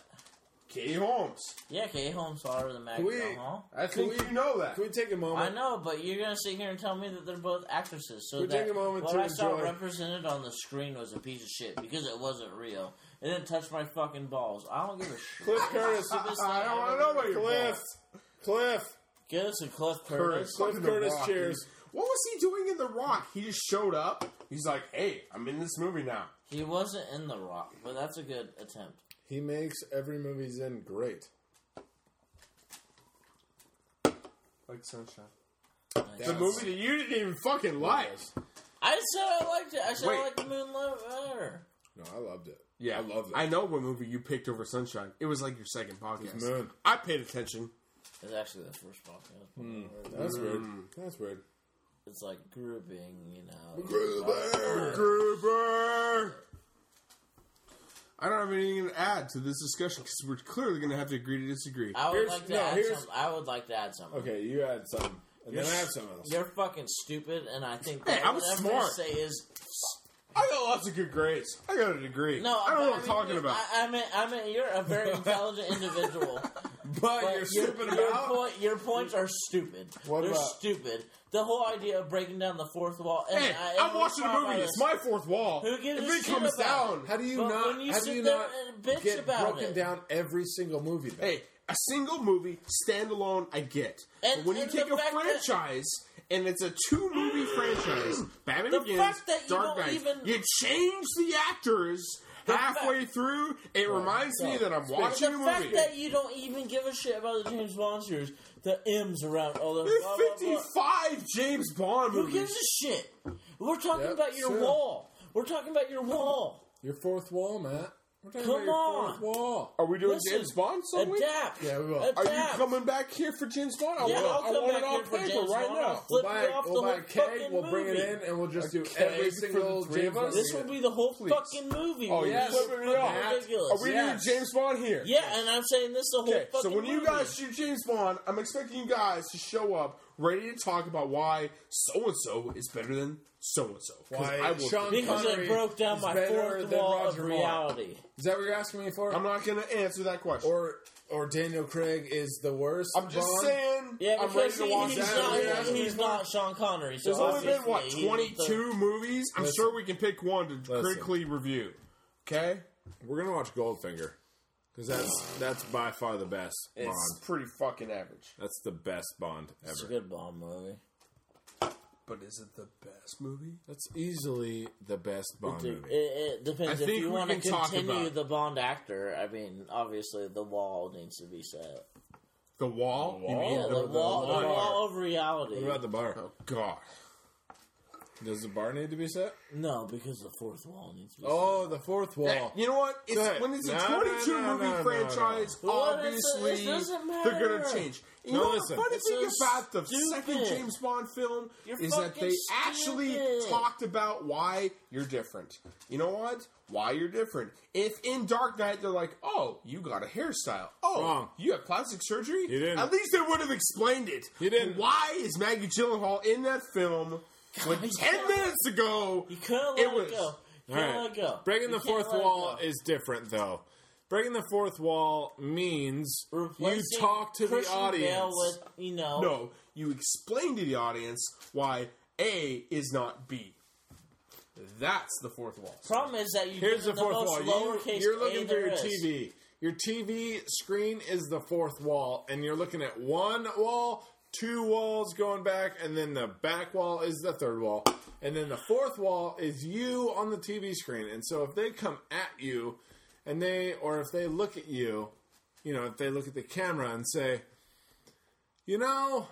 Speaker 1: Katie Holmes.
Speaker 2: Yeah, Katie Holmes hotter than Maggie
Speaker 3: We-
Speaker 2: Gyllenhaal.
Speaker 1: I
Speaker 3: Can
Speaker 1: think
Speaker 3: we-
Speaker 1: you know that.
Speaker 3: Can we take a
Speaker 2: I
Speaker 3: moment?
Speaker 2: know, but you're gonna sit here and tell me that they're both actresses, so
Speaker 3: We
Speaker 2: that
Speaker 3: take a moment
Speaker 2: what
Speaker 3: to
Speaker 2: I saw
Speaker 3: enjoy.
Speaker 2: represented on the screen was a piece of shit because it wasn't real. It didn't touch my fucking balls. I don't give a shit.
Speaker 3: Cliff
Speaker 2: [LAUGHS]
Speaker 3: Curtis.
Speaker 2: Stupid thing
Speaker 1: I don't
Speaker 2: I've
Speaker 1: want
Speaker 2: ever-
Speaker 1: to know about your
Speaker 3: Cliff.
Speaker 1: balls.
Speaker 3: Cliff.
Speaker 2: Give us a Cliff
Speaker 1: Curtis.
Speaker 2: Curtis.
Speaker 3: Cliff
Speaker 1: Fucking The
Speaker 3: Curtis,
Speaker 1: Rock,
Speaker 3: cheers.
Speaker 1: dude. What was he doing in The Rock? He just showed up. He's like, hey, I'm in this movie now.
Speaker 2: He wasn't in The Rock, but that's a good attempt.
Speaker 3: He makes every movie he's in great.
Speaker 1: Like Sunshine.
Speaker 2: Nice.
Speaker 1: The movie that you didn't even fucking like.
Speaker 2: I said I liked it. I said
Speaker 1: Wait.
Speaker 2: I liked the Moonlight better.
Speaker 3: No, I loved it.
Speaker 1: Yeah,
Speaker 3: I loved it.
Speaker 1: I know what movie you picked over Sunshine. It was like your second podcast.
Speaker 3: Moon.
Speaker 1: I paid attention.
Speaker 2: It's actually the first podcast.
Speaker 3: Hmm. Mm,
Speaker 1: Mm.
Speaker 3: That's weird. That's weird.
Speaker 2: It's like grouping, you know.
Speaker 3: Gruber.
Speaker 1: Gruber. I don't have anything to add to this discussion because we're clearly going to have to agree to disagree.
Speaker 2: I would
Speaker 3: Here's-
Speaker 2: like to
Speaker 3: no,
Speaker 2: add
Speaker 3: here's-
Speaker 2: some. I would like to add something.
Speaker 3: Okay, you had some, and then I have some else.
Speaker 2: You're fucking stupid, and I think
Speaker 1: Hey,
Speaker 2: that
Speaker 1: I was
Speaker 2: whatever
Speaker 1: smart.
Speaker 2: you say is
Speaker 1: I got lots of good grades. I got a degree.
Speaker 2: no.
Speaker 1: I don't know
Speaker 2: but
Speaker 1: what I'm
Speaker 2: mean,
Speaker 1: talking
Speaker 2: you're-
Speaker 1: about.
Speaker 2: I, I mean, I mean, you're a
Speaker 1: [LAUGHS]
Speaker 2: very intelligent individual,
Speaker 3: But,
Speaker 2: but
Speaker 3: you're
Speaker 2: your-
Speaker 3: stupid
Speaker 2: your,
Speaker 3: about.
Speaker 2: point, your points are stupid.
Speaker 3: What
Speaker 2: They're
Speaker 3: about-
Speaker 2: stupid. The whole idea of breaking down the fourth wall. And
Speaker 1: Hey,
Speaker 2: I,
Speaker 1: I'm
Speaker 2: and we
Speaker 1: watching a
Speaker 2: talk
Speaker 1: movie.
Speaker 2: about
Speaker 1: It's
Speaker 2: this.
Speaker 1: my fourth wall.
Speaker 2: Who gives
Speaker 1: if
Speaker 2: a
Speaker 1: it
Speaker 2: shit
Speaker 1: comes
Speaker 2: about
Speaker 1: down,
Speaker 3: How do you
Speaker 2: But
Speaker 3: not?
Speaker 2: when you
Speaker 3: how do
Speaker 2: sit
Speaker 3: you
Speaker 2: there
Speaker 3: not
Speaker 2: and bitch
Speaker 3: get
Speaker 2: about
Speaker 3: broken
Speaker 2: it-
Speaker 3: down every single movie? though?
Speaker 1: hey, a single movie standalone, I get.
Speaker 2: And-
Speaker 1: but when you
Speaker 2: and
Speaker 1: take
Speaker 2: the
Speaker 1: a
Speaker 2: fact that- Mm.
Speaker 1: franchise and it's a two movie franchise, Batman
Speaker 2: The
Speaker 1: Begins,
Speaker 2: fact that you
Speaker 1: Dark
Speaker 2: don't
Speaker 1: Knight,
Speaker 2: even-
Speaker 1: you change the actors halfway through. It reminds me that I'm watching a
Speaker 2: Oh, the fact
Speaker 1: movie.
Speaker 2: that you don't even give a shit about the James Bond series, the M's around all the
Speaker 1: There's
Speaker 2: blah, blah, blah.
Speaker 1: 55 James Bond
Speaker 2: Who
Speaker 1: movies.
Speaker 2: gives a shit? We're talking
Speaker 3: Yep,
Speaker 2: about your
Speaker 3: sure.
Speaker 2: wall. We're talking about your wall.
Speaker 3: Your fourth wall, Matt. We're talking
Speaker 2: Come
Speaker 3: about your
Speaker 2: on.
Speaker 3: fourth wall.
Speaker 1: Are we doing
Speaker 2: Listen,
Speaker 1: James Bond some week?
Speaker 2: Adapt.
Speaker 3: Yeah, we will.
Speaker 2: Adapt.
Speaker 1: Are you coming back here for James Bond? I
Speaker 2: Yeah,
Speaker 1: want,
Speaker 2: I'll
Speaker 1: I
Speaker 2: come
Speaker 1: want
Speaker 2: back
Speaker 1: it on
Speaker 2: here for
Speaker 1: paper
Speaker 2: James
Speaker 1: right
Speaker 2: Bond.
Speaker 1: now.
Speaker 2: Flip
Speaker 3: We'll
Speaker 2: me
Speaker 3: buy, it-
Speaker 2: off the
Speaker 3: we'll buy
Speaker 2: whole
Speaker 3: a keg,
Speaker 2: fucking
Speaker 3: we'll bring it
Speaker 2: movie.
Speaker 3: in, and we'll just do
Speaker 1: keg
Speaker 3: every
Speaker 1: for the
Speaker 3: single
Speaker 1: three
Speaker 3: James
Speaker 1: of us?
Speaker 3: Bond
Speaker 2: This
Speaker 3: movie.
Speaker 2: will be the whole
Speaker 1: Please.
Speaker 2: fucking movie.
Speaker 1: Oh,
Speaker 2: Will
Speaker 1: yeah,
Speaker 2: you
Speaker 1: flipping it
Speaker 2: fucking
Speaker 1: off.
Speaker 2: ridiculous.
Speaker 1: Are we
Speaker 3: Yes.
Speaker 1: doing James Bond here?
Speaker 2: yeah, and I'm saying this the whole
Speaker 1: Okay,
Speaker 2: fucking
Speaker 1: so when you
Speaker 2: movie.
Speaker 1: guys shoot James Bond, I'm expecting you guys to show up ready to talk about why so and so is better than so and so.
Speaker 3: Why
Speaker 1: I will.
Speaker 3: Sean-
Speaker 1: forget.
Speaker 2: because
Speaker 3: Connery
Speaker 2: it broke down
Speaker 3: is
Speaker 2: my
Speaker 3: better
Speaker 2: fourth
Speaker 3: than
Speaker 2: wall of
Speaker 3: Roger Moore.
Speaker 2: reality.
Speaker 3: Is that what you're asking me for?
Speaker 1: I'm not going to answer that question.
Speaker 3: or or Daniel Craig is the worst.
Speaker 1: I'm just
Speaker 3: Bond?
Speaker 1: saying.
Speaker 2: Yeah,
Speaker 1: I'm ready
Speaker 2: because
Speaker 1: to
Speaker 2: he-
Speaker 1: watch
Speaker 2: he's,
Speaker 1: that.
Speaker 2: not,
Speaker 3: Yeah.
Speaker 2: he's not Sean Connery. So
Speaker 1: There's only been
Speaker 2: obviously
Speaker 1: what
Speaker 2: he's the-
Speaker 1: 22 movies. I'm
Speaker 3: Listen.
Speaker 1: sure we can pick one to critically review. Okay,
Speaker 3: We're gonna watch Goldfinger because that's that's by far the best
Speaker 1: it's
Speaker 3: Bond.
Speaker 1: pretty fucking average.
Speaker 3: That's the best Bond
Speaker 2: It's a
Speaker 3: ever.
Speaker 2: good Bond movie.
Speaker 1: But is it the best movie?
Speaker 3: That's easily the best Bond
Speaker 2: Dude,
Speaker 3: movie.
Speaker 2: it, it depends
Speaker 1: I
Speaker 2: if
Speaker 1: think
Speaker 2: you
Speaker 1: we
Speaker 2: want to
Speaker 1: can talk
Speaker 2: continue
Speaker 1: about-
Speaker 2: the Bond actor. I mean, obviously the wall needs to be set.
Speaker 1: The Wall.
Speaker 3: You mean
Speaker 2: Yeah,
Speaker 3: the-
Speaker 2: the,
Speaker 3: the
Speaker 2: wall, the
Speaker 3: bar.
Speaker 2: wall of reality.
Speaker 3: What about the bar?
Speaker 1: Oh God.
Speaker 3: Does the bar need to be set?
Speaker 2: No, because the fourth wall needs to be. set.
Speaker 3: Oh, the fourth wall.
Speaker 1: Eh, You know what? It's,
Speaker 3: Good.
Speaker 1: When it's a
Speaker 3: No, no,
Speaker 1: 22
Speaker 3: no,
Speaker 1: movie
Speaker 3: no, no,
Speaker 1: franchise,
Speaker 2: no. Well, it's- it
Speaker 1: obviously
Speaker 2: doesn't
Speaker 1: they're
Speaker 2: matter.
Speaker 1: going to change. You
Speaker 3: No,
Speaker 1: know what
Speaker 3: listen,
Speaker 1: the funny
Speaker 2: it's
Speaker 1: thing
Speaker 2: so
Speaker 1: about the second
Speaker 2: stupid.
Speaker 1: James Bond film
Speaker 2: You're
Speaker 1: is that they
Speaker 2: fucking
Speaker 1: actually
Speaker 2: stupid.
Speaker 1: talked about why you're different. You know what? Why you're different. If in Dark Knight they're like, oh, you got a hairstyle. Oh,
Speaker 3: Wrong.
Speaker 1: you have plastic surgery? You
Speaker 3: didn't.
Speaker 1: At least they would have explained it.
Speaker 3: You didn't.
Speaker 1: Why is Maggie Gyllenhaal in that film when
Speaker 2: you
Speaker 1: 10
Speaker 2: can't-
Speaker 1: minutes ago
Speaker 2: You couldn't let
Speaker 1: It
Speaker 2: it,
Speaker 1: was-
Speaker 2: go.
Speaker 3: All
Speaker 2: You can't
Speaker 3: right.
Speaker 2: let it go.
Speaker 3: Breaking
Speaker 2: You
Speaker 3: the
Speaker 2: can't
Speaker 3: fourth
Speaker 2: let it
Speaker 3: wall
Speaker 2: go.
Speaker 3: is different, though. Breaking the fourth wall means you
Speaker 2: Replacing
Speaker 3: talk to the
Speaker 2: Christian Bale
Speaker 3: audience.
Speaker 2: with, you know,
Speaker 1: No, you explain to the audience why A is not B. That's the fourth wall.
Speaker 2: problem is that you
Speaker 3: Here's the fourth
Speaker 2: most
Speaker 3: wall.
Speaker 2: lowercase
Speaker 3: You, you're looking through
Speaker 2: a there
Speaker 3: your
Speaker 2: is.
Speaker 3: TV. Your TV screen is the fourth wall, and you're looking at one wall, two walls going back, and then the back wall is the third wall, and then the fourth wall is you on the TV screen. And so if they come at you, and they or if they look at you, you know, if they look at the camera and say, you know,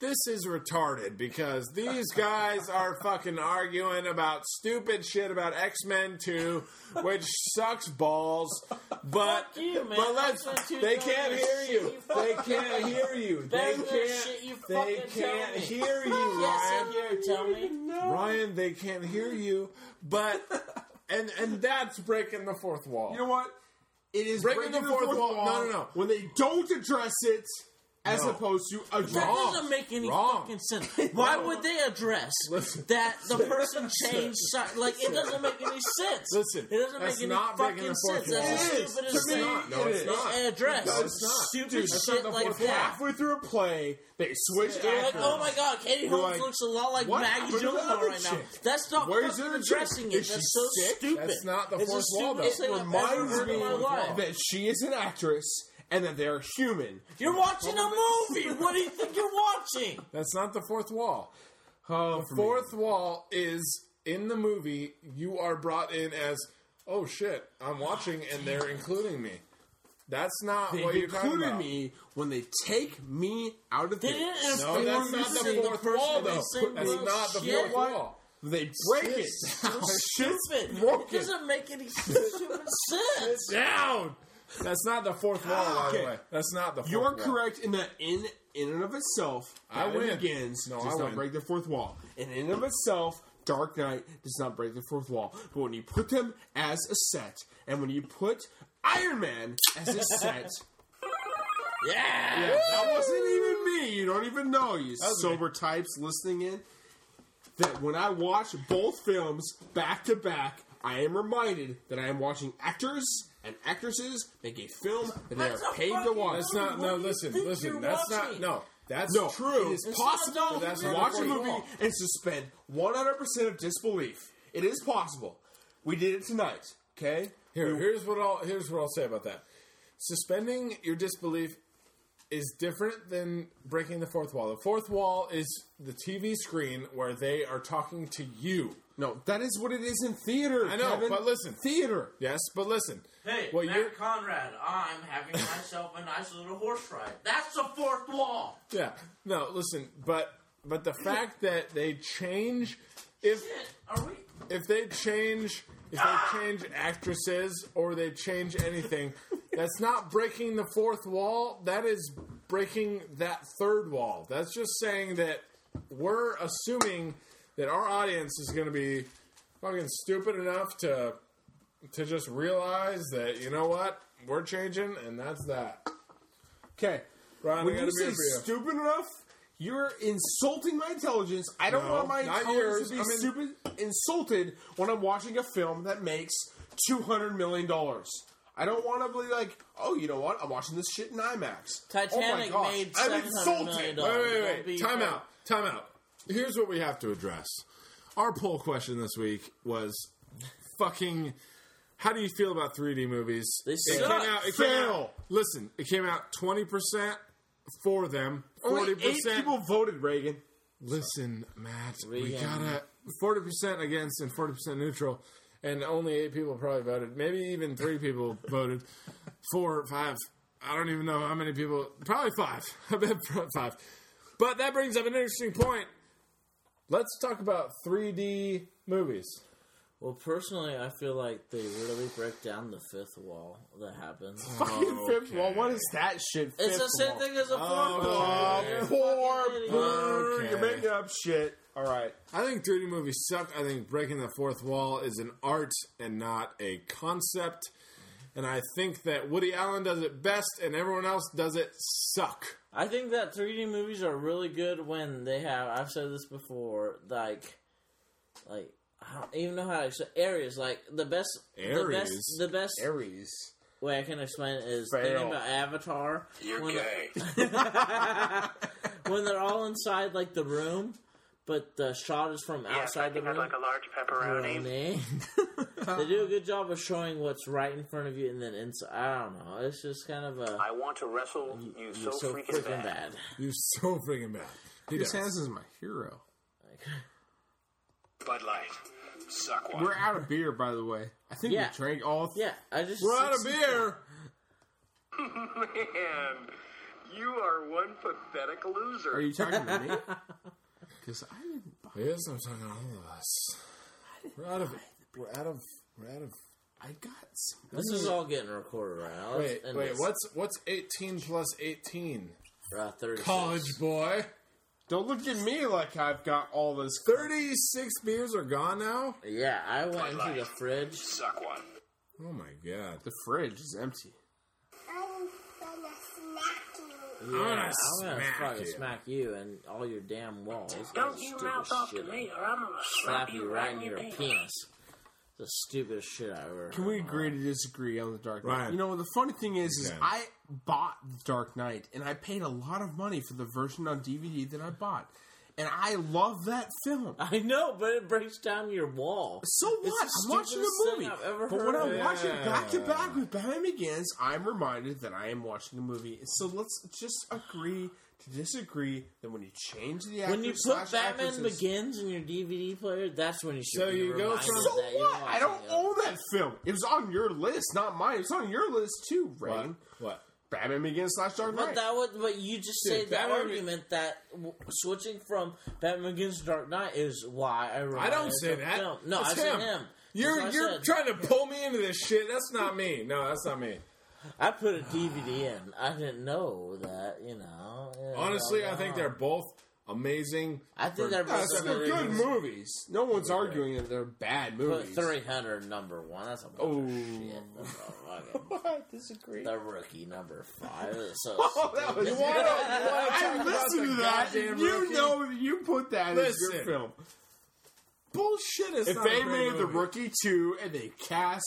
Speaker 3: this is retarded because these guys are fucking arguing about stupid shit about X Men 2, which sucks balls. But
Speaker 2: Fuck you, man.
Speaker 3: but let's
Speaker 2: X-Men 2
Speaker 3: they
Speaker 2: is
Speaker 3: can't
Speaker 2: better
Speaker 3: hear
Speaker 2: than
Speaker 3: you.
Speaker 2: shit [LAUGHS] you
Speaker 3: They
Speaker 2: fucking
Speaker 3: can't hear
Speaker 2: [LAUGHS]
Speaker 3: you. They
Speaker 2: Better than shit you
Speaker 3: can't. They
Speaker 2: fucking tell
Speaker 3: can't
Speaker 2: me.
Speaker 3: hear you,
Speaker 2: [LAUGHS] Yes,
Speaker 3: Ryan.
Speaker 2: in here, tell me.
Speaker 3: Ryan, they can't hear you. But and and that's breaking the fourth wall.
Speaker 1: You know what? It is
Speaker 3: Breaking the fourth wall. No, no, no.
Speaker 1: When they don't address it, as
Speaker 3: No.
Speaker 1: opposed to
Speaker 2: That
Speaker 1: address.
Speaker 3: Wrong.
Speaker 2: doesn't make any
Speaker 3: Wrong.
Speaker 2: fucking sense. Why would they address
Speaker 3: Listen.
Speaker 2: that the person changed? si- Like it doesn't make any sense.
Speaker 3: Listen,
Speaker 2: it doesn't
Speaker 3: that's
Speaker 2: make any
Speaker 3: not breaking
Speaker 2: fucking
Speaker 3: the fourth
Speaker 2: sense.
Speaker 3: wall.
Speaker 2: That's
Speaker 1: It
Speaker 2: the
Speaker 1: is.
Speaker 2: stupidest
Speaker 1: To me,
Speaker 2: thing.
Speaker 1: No,
Speaker 3: it's
Speaker 1: not.
Speaker 2: They address
Speaker 3: No, it's not.
Speaker 2: stupid
Speaker 1: Dude,
Speaker 3: that's
Speaker 2: shit
Speaker 3: not the
Speaker 2: like
Speaker 3: fourth
Speaker 2: that.
Speaker 1: Halfway through a play, they switch
Speaker 2: You're like,
Speaker 1: actors.
Speaker 2: oh my god, Katie
Speaker 1: You're
Speaker 2: Holmes
Speaker 1: like,
Speaker 2: looks a lot like
Speaker 1: what
Speaker 2: Maggie
Speaker 1: happened to the
Speaker 2: Gyllenhaal
Speaker 1: other
Speaker 2: right now.
Speaker 1: chick?
Speaker 2: That's not
Speaker 1: Where's the
Speaker 2: fucking
Speaker 1: other
Speaker 2: addressing
Speaker 1: chick?
Speaker 2: it.
Speaker 1: Is
Speaker 2: That's
Speaker 1: she
Speaker 2: so
Speaker 1: sick?
Speaker 2: stupid.
Speaker 3: That's not the
Speaker 2: It's
Speaker 3: fourth wall,
Speaker 2: stupidest
Speaker 3: though.
Speaker 2: thing I've ever
Speaker 1: Reminds
Speaker 2: heard
Speaker 1: me
Speaker 2: in my life.
Speaker 1: that she is an actress and that they are human.
Speaker 2: You're watching a movie. What do you think you're watching?
Speaker 3: That's not the fourth wall.
Speaker 1: Oh,
Speaker 3: The fourth wall is in the movie. You are brought in as, oh shit, I'm watching, and they're including me. That's not
Speaker 1: They
Speaker 3: what you're talking
Speaker 1: included
Speaker 3: about.
Speaker 1: me when they take me out of
Speaker 2: They
Speaker 1: it.
Speaker 2: didn't
Speaker 3: No, that's not
Speaker 2: They
Speaker 3: the
Speaker 2: said the
Speaker 3: fourth
Speaker 2: first
Speaker 3: wall,
Speaker 2: one they
Speaker 3: though.
Speaker 2: said
Speaker 3: That's
Speaker 2: was
Speaker 3: not the
Speaker 2: shit.
Speaker 3: fourth wall.
Speaker 1: They break it. Oh,
Speaker 2: Shit's Stupid.
Speaker 1: [LAUGHS] down. Shit's
Speaker 2: It
Speaker 1: broken.
Speaker 2: doesn't make any [LAUGHS] stupid sense.
Speaker 3: Down. That's not the fourth wall, by the
Speaker 1: Okay.
Speaker 3: way. That's not the. fourth
Speaker 1: You're
Speaker 3: wall.
Speaker 1: correct in that in in and of itself,
Speaker 3: I
Speaker 1: Batman
Speaker 3: win.
Speaker 1: Begins
Speaker 3: No,
Speaker 1: does
Speaker 3: I
Speaker 1: not
Speaker 3: win.
Speaker 1: break the fourth wall, and in and of itself, Dark Knight does not break the fourth wall. But when you put them as a set, and when you put Iron Man as a
Speaker 3: [LAUGHS]
Speaker 1: set,
Speaker 2: Yeah.
Speaker 1: that wasn't even me. You don't even know you
Speaker 3: was
Speaker 1: sober types listening in. That when I watch both films back to back, I am reminded that I am watching actors and actresses make a film that they
Speaker 2: That's
Speaker 1: are
Speaker 2: a
Speaker 1: paid to
Speaker 2: fucking
Speaker 1: watch.
Speaker 3: That's not. No,
Speaker 2: What do you
Speaker 3: listen,
Speaker 2: think
Speaker 3: listen.
Speaker 2: you're
Speaker 3: That's
Speaker 2: watching?
Speaker 3: not. No, that's
Speaker 1: No,
Speaker 3: true.
Speaker 1: It is
Speaker 2: not
Speaker 1: possible
Speaker 2: the
Speaker 1: to
Speaker 2: fourth
Speaker 1: watch a
Speaker 3: wall.
Speaker 1: movie and suspend 100% of disbelief. It is possible. We did it tonight, okay?
Speaker 3: Here, here's what I'll here's what I'll say about that. Suspending your disbelief is different than breaking the fourth wall. The fourth wall is the TV screen where they are talking to you.
Speaker 1: No, that is what it is in theater.
Speaker 3: I know,
Speaker 1: Kevin.
Speaker 3: but listen.
Speaker 1: theater.
Speaker 3: Yes, but listen.
Speaker 2: Hey,
Speaker 3: Well,
Speaker 2: Matt
Speaker 3: you're-
Speaker 2: Conrad, I'm having myself a nice little horse ride. That's the fourth wall.
Speaker 3: Yeah. No, listen, but but the fact that they change if
Speaker 2: Shit, are we?
Speaker 3: if they change if they change actresses or they change anything, that's not breaking the fourth wall. That is breaking that third wall. That's just saying that we're assuming that our audience is going to be fucking stupid enough to to just realize that you know what we're changing, and that's that.
Speaker 1: Okay.
Speaker 3: Ryan,
Speaker 1: When
Speaker 3: I got
Speaker 1: you
Speaker 3: a beer
Speaker 1: say
Speaker 3: for you.
Speaker 1: stupid enough, you're insulting my intelligence. I don't
Speaker 3: No,
Speaker 1: want my
Speaker 3: not yours.
Speaker 1: intelligence to be
Speaker 3: I mean-
Speaker 1: stupid insulted when I'm watching a film that makes two hundred million dollars. I don't want to be like, oh, you know what? I'm watching this shit in IMAX. oh my
Speaker 2: Titanic
Speaker 1: gosh,
Speaker 2: made
Speaker 1: I'm
Speaker 2: $700
Speaker 1: insulted.
Speaker 3: wait,
Speaker 2: million.
Speaker 3: wait,
Speaker 2: Don't
Speaker 3: wait,
Speaker 2: be
Speaker 3: wait. Time
Speaker 2: fair.
Speaker 3: out. Time out. Here's what we have to address. Our poll question this week was fucking. How do you feel about 3D movies?
Speaker 2: They
Speaker 3: It
Speaker 2: suck.
Speaker 3: came out. It came
Speaker 1: Fail.
Speaker 3: out. Listen, it came out 20 percent for them.
Speaker 1: Only
Speaker 3: 40
Speaker 1: eight
Speaker 3: percent.
Speaker 1: people voted Reagan.
Speaker 3: Listen, Matt. We
Speaker 2: Reagan.
Speaker 3: gotta 40 percent against and 40 percent neutral, and only eight people probably voted. Maybe even [LAUGHS] three people voted. Four, five. I don't even know how many people. Probably five. [LAUGHS] I bet probably five. But that brings up an interesting point. Let's talk about 3D movies.
Speaker 2: Well, personally, I feel like they really break down the fifth wall that [LAUGHS] happens.
Speaker 1: Fucking [LAUGHS] fifth wall. What is that shit?
Speaker 2: Oh, It's
Speaker 1: Fifth
Speaker 2: the same
Speaker 1: wall.
Speaker 2: thing as a fourth wall.
Speaker 3: Oh,
Speaker 2: You're a
Speaker 1: Poor
Speaker 2: fucking idiot.
Speaker 1: Boo,
Speaker 3: Okay.
Speaker 1: You're making up shit. All right.
Speaker 3: I think 3D movies suck. I think breaking the fourth wall is an art and not a concept. And I think that Woody Allen does it best, and everyone else does it suck.
Speaker 2: I think that 3D movies are really good when they have. I've said this before. Like, like I don't even know how to explain Aries. Like the best, the best,
Speaker 3: Aries?
Speaker 2: the best
Speaker 1: Aries.
Speaker 2: way I can explain it is
Speaker 1: Fail.
Speaker 2: thinking about Avatar. when, [LAUGHS] when they're all inside like the room, but the shot is from
Speaker 4: Yes, I
Speaker 2: outside the
Speaker 4: think I'd
Speaker 2: room. Oh,
Speaker 4: like a large pepperoni.
Speaker 2: Pepperoni. [LAUGHS] they do a good job of showing what's right in front of you and then inside. I don't know. It's just kind of a
Speaker 4: I want to wrestle you so,
Speaker 2: so
Speaker 4: freaking bad.
Speaker 2: bad.
Speaker 3: You're so freaking bad. He
Speaker 1: Chris
Speaker 3: does.
Speaker 1: Hansen is my hero.
Speaker 2: Like,
Speaker 4: Bud Light. Suck one.
Speaker 1: We're out of beer, by the way. I think
Speaker 2: Yeah.
Speaker 1: we drank all. Th-
Speaker 2: yeah, I just
Speaker 3: We're out of beer.
Speaker 4: Man, you are one pathetic loser.
Speaker 1: Are you talking
Speaker 2: [LAUGHS]
Speaker 1: to me? Because I didn't. buy-
Speaker 3: Yes, I'm talking to all of us. We're out of. We're out of. We're out of.
Speaker 1: I got some.
Speaker 2: This is all getting recorded right now. Let's
Speaker 3: Wait,
Speaker 2: end
Speaker 3: wait.
Speaker 2: this.
Speaker 3: What's what's 18 plus 18?
Speaker 2: Uh, 36.
Speaker 3: College boy.
Speaker 1: Don't look at me like I've got all this.
Speaker 3: 36 beers are gone now.
Speaker 2: Yeah, I went into the fridge.
Speaker 4: Suck one.
Speaker 3: Oh my god.
Speaker 1: The fridge is empty.
Speaker 5: I'm gonna smack you.
Speaker 2: Yeah, I'm gonna
Speaker 3: smack
Speaker 2: fucking
Speaker 3: you.
Speaker 2: smack you and all your damn walls. That's
Speaker 4: Don't
Speaker 2: the
Speaker 4: you
Speaker 2: stupidest
Speaker 4: mouth off to
Speaker 2: shit
Speaker 4: me
Speaker 2: I-
Speaker 4: or I'm going to
Speaker 2: Slap you right in your penis. The stupidest shit I ever.
Speaker 1: Can we
Speaker 2: heard. [LAUGHS]
Speaker 1: agree to disagree on the Dark Knight?
Speaker 3: Ryan.
Speaker 1: You know, the funny thing is, is
Speaker 3: Okay.
Speaker 1: I bought the Dark Knight, and I paid a lot of money for the version on DVD that I bought, and I love that film.
Speaker 2: I know, but it breaks down your wall.
Speaker 1: So what?
Speaker 2: It's
Speaker 1: I'm
Speaker 2: the
Speaker 1: watching
Speaker 2: stupidest
Speaker 1: a
Speaker 2: thing
Speaker 1: movie.
Speaker 2: I've ever
Speaker 1: But when I
Speaker 2: heard.
Speaker 1: watch it back to
Speaker 3: Yeah.
Speaker 1: back with Batman Begins, I'm reminded that I am watching a movie. So let's just agree to disagree that when you change the actors,
Speaker 2: When you put
Speaker 1: slash
Speaker 2: Batman
Speaker 1: actresses-
Speaker 2: Begins in your DVD player, that's when you should.
Speaker 3: So
Speaker 2: be
Speaker 3: you go
Speaker 2: reminded
Speaker 3: from-
Speaker 1: So
Speaker 2: that you're
Speaker 1: what? I don't
Speaker 2: watching it.
Speaker 1: own that film. It was on your list, not mine. It was on your list too,
Speaker 3: What?
Speaker 1: Rain.
Speaker 3: What?
Speaker 1: Batman Begins slash Dark
Speaker 2: But
Speaker 1: Knight.
Speaker 2: that would, but you just
Speaker 3: Dude,
Speaker 2: say the
Speaker 3: Batman-
Speaker 2: argument that w- switching from Batman Begins to Dark Knight is why I.
Speaker 3: I
Speaker 2: rely on
Speaker 3: don't say
Speaker 2: the
Speaker 3: that.
Speaker 2: film. No,
Speaker 3: That's
Speaker 2: I said him. That's what
Speaker 3: You're
Speaker 2: I
Speaker 3: you're
Speaker 2: said.
Speaker 3: trying to pull me into this shit. That's not me. No, that's not me.
Speaker 2: I put a DVD in. I didn't know that. You know. Yeah,
Speaker 1: Oh,
Speaker 3: Honestly,
Speaker 2: blah,
Speaker 3: I think
Speaker 2: blah.
Speaker 3: they're both amazing.
Speaker 2: I think they're
Speaker 1: Yes,
Speaker 2: both
Speaker 1: they're
Speaker 2: amazing.
Speaker 1: good movies. No one's arguing that they're bad
Speaker 2: Put
Speaker 1: movies.
Speaker 2: 300 number one. That's a bunch
Speaker 1: Oh.
Speaker 2: of shit. That's a fucking-
Speaker 1: [LAUGHS] I disagree.
Speaker 2: the rookie number five. It's so
Speaker 1: Oh, that was.
Speaker 3: wanna- you wanna
Speaker 1: I
Speaker 3: talk
Speaker 1: listened to
Speaker 3: about
Speaker 1: that.
Speaker 3: the
Speaker 1: and
Speaker 3: goddamn
Speaker 1: You
Speaker 3: rookie?
Speaker 1: know, that you put that as your
Speaker 3: Listen.
Speaker 1: film.
Speaker 3: bullshit. Is
Speaker 1: If they made the rookie two and they cast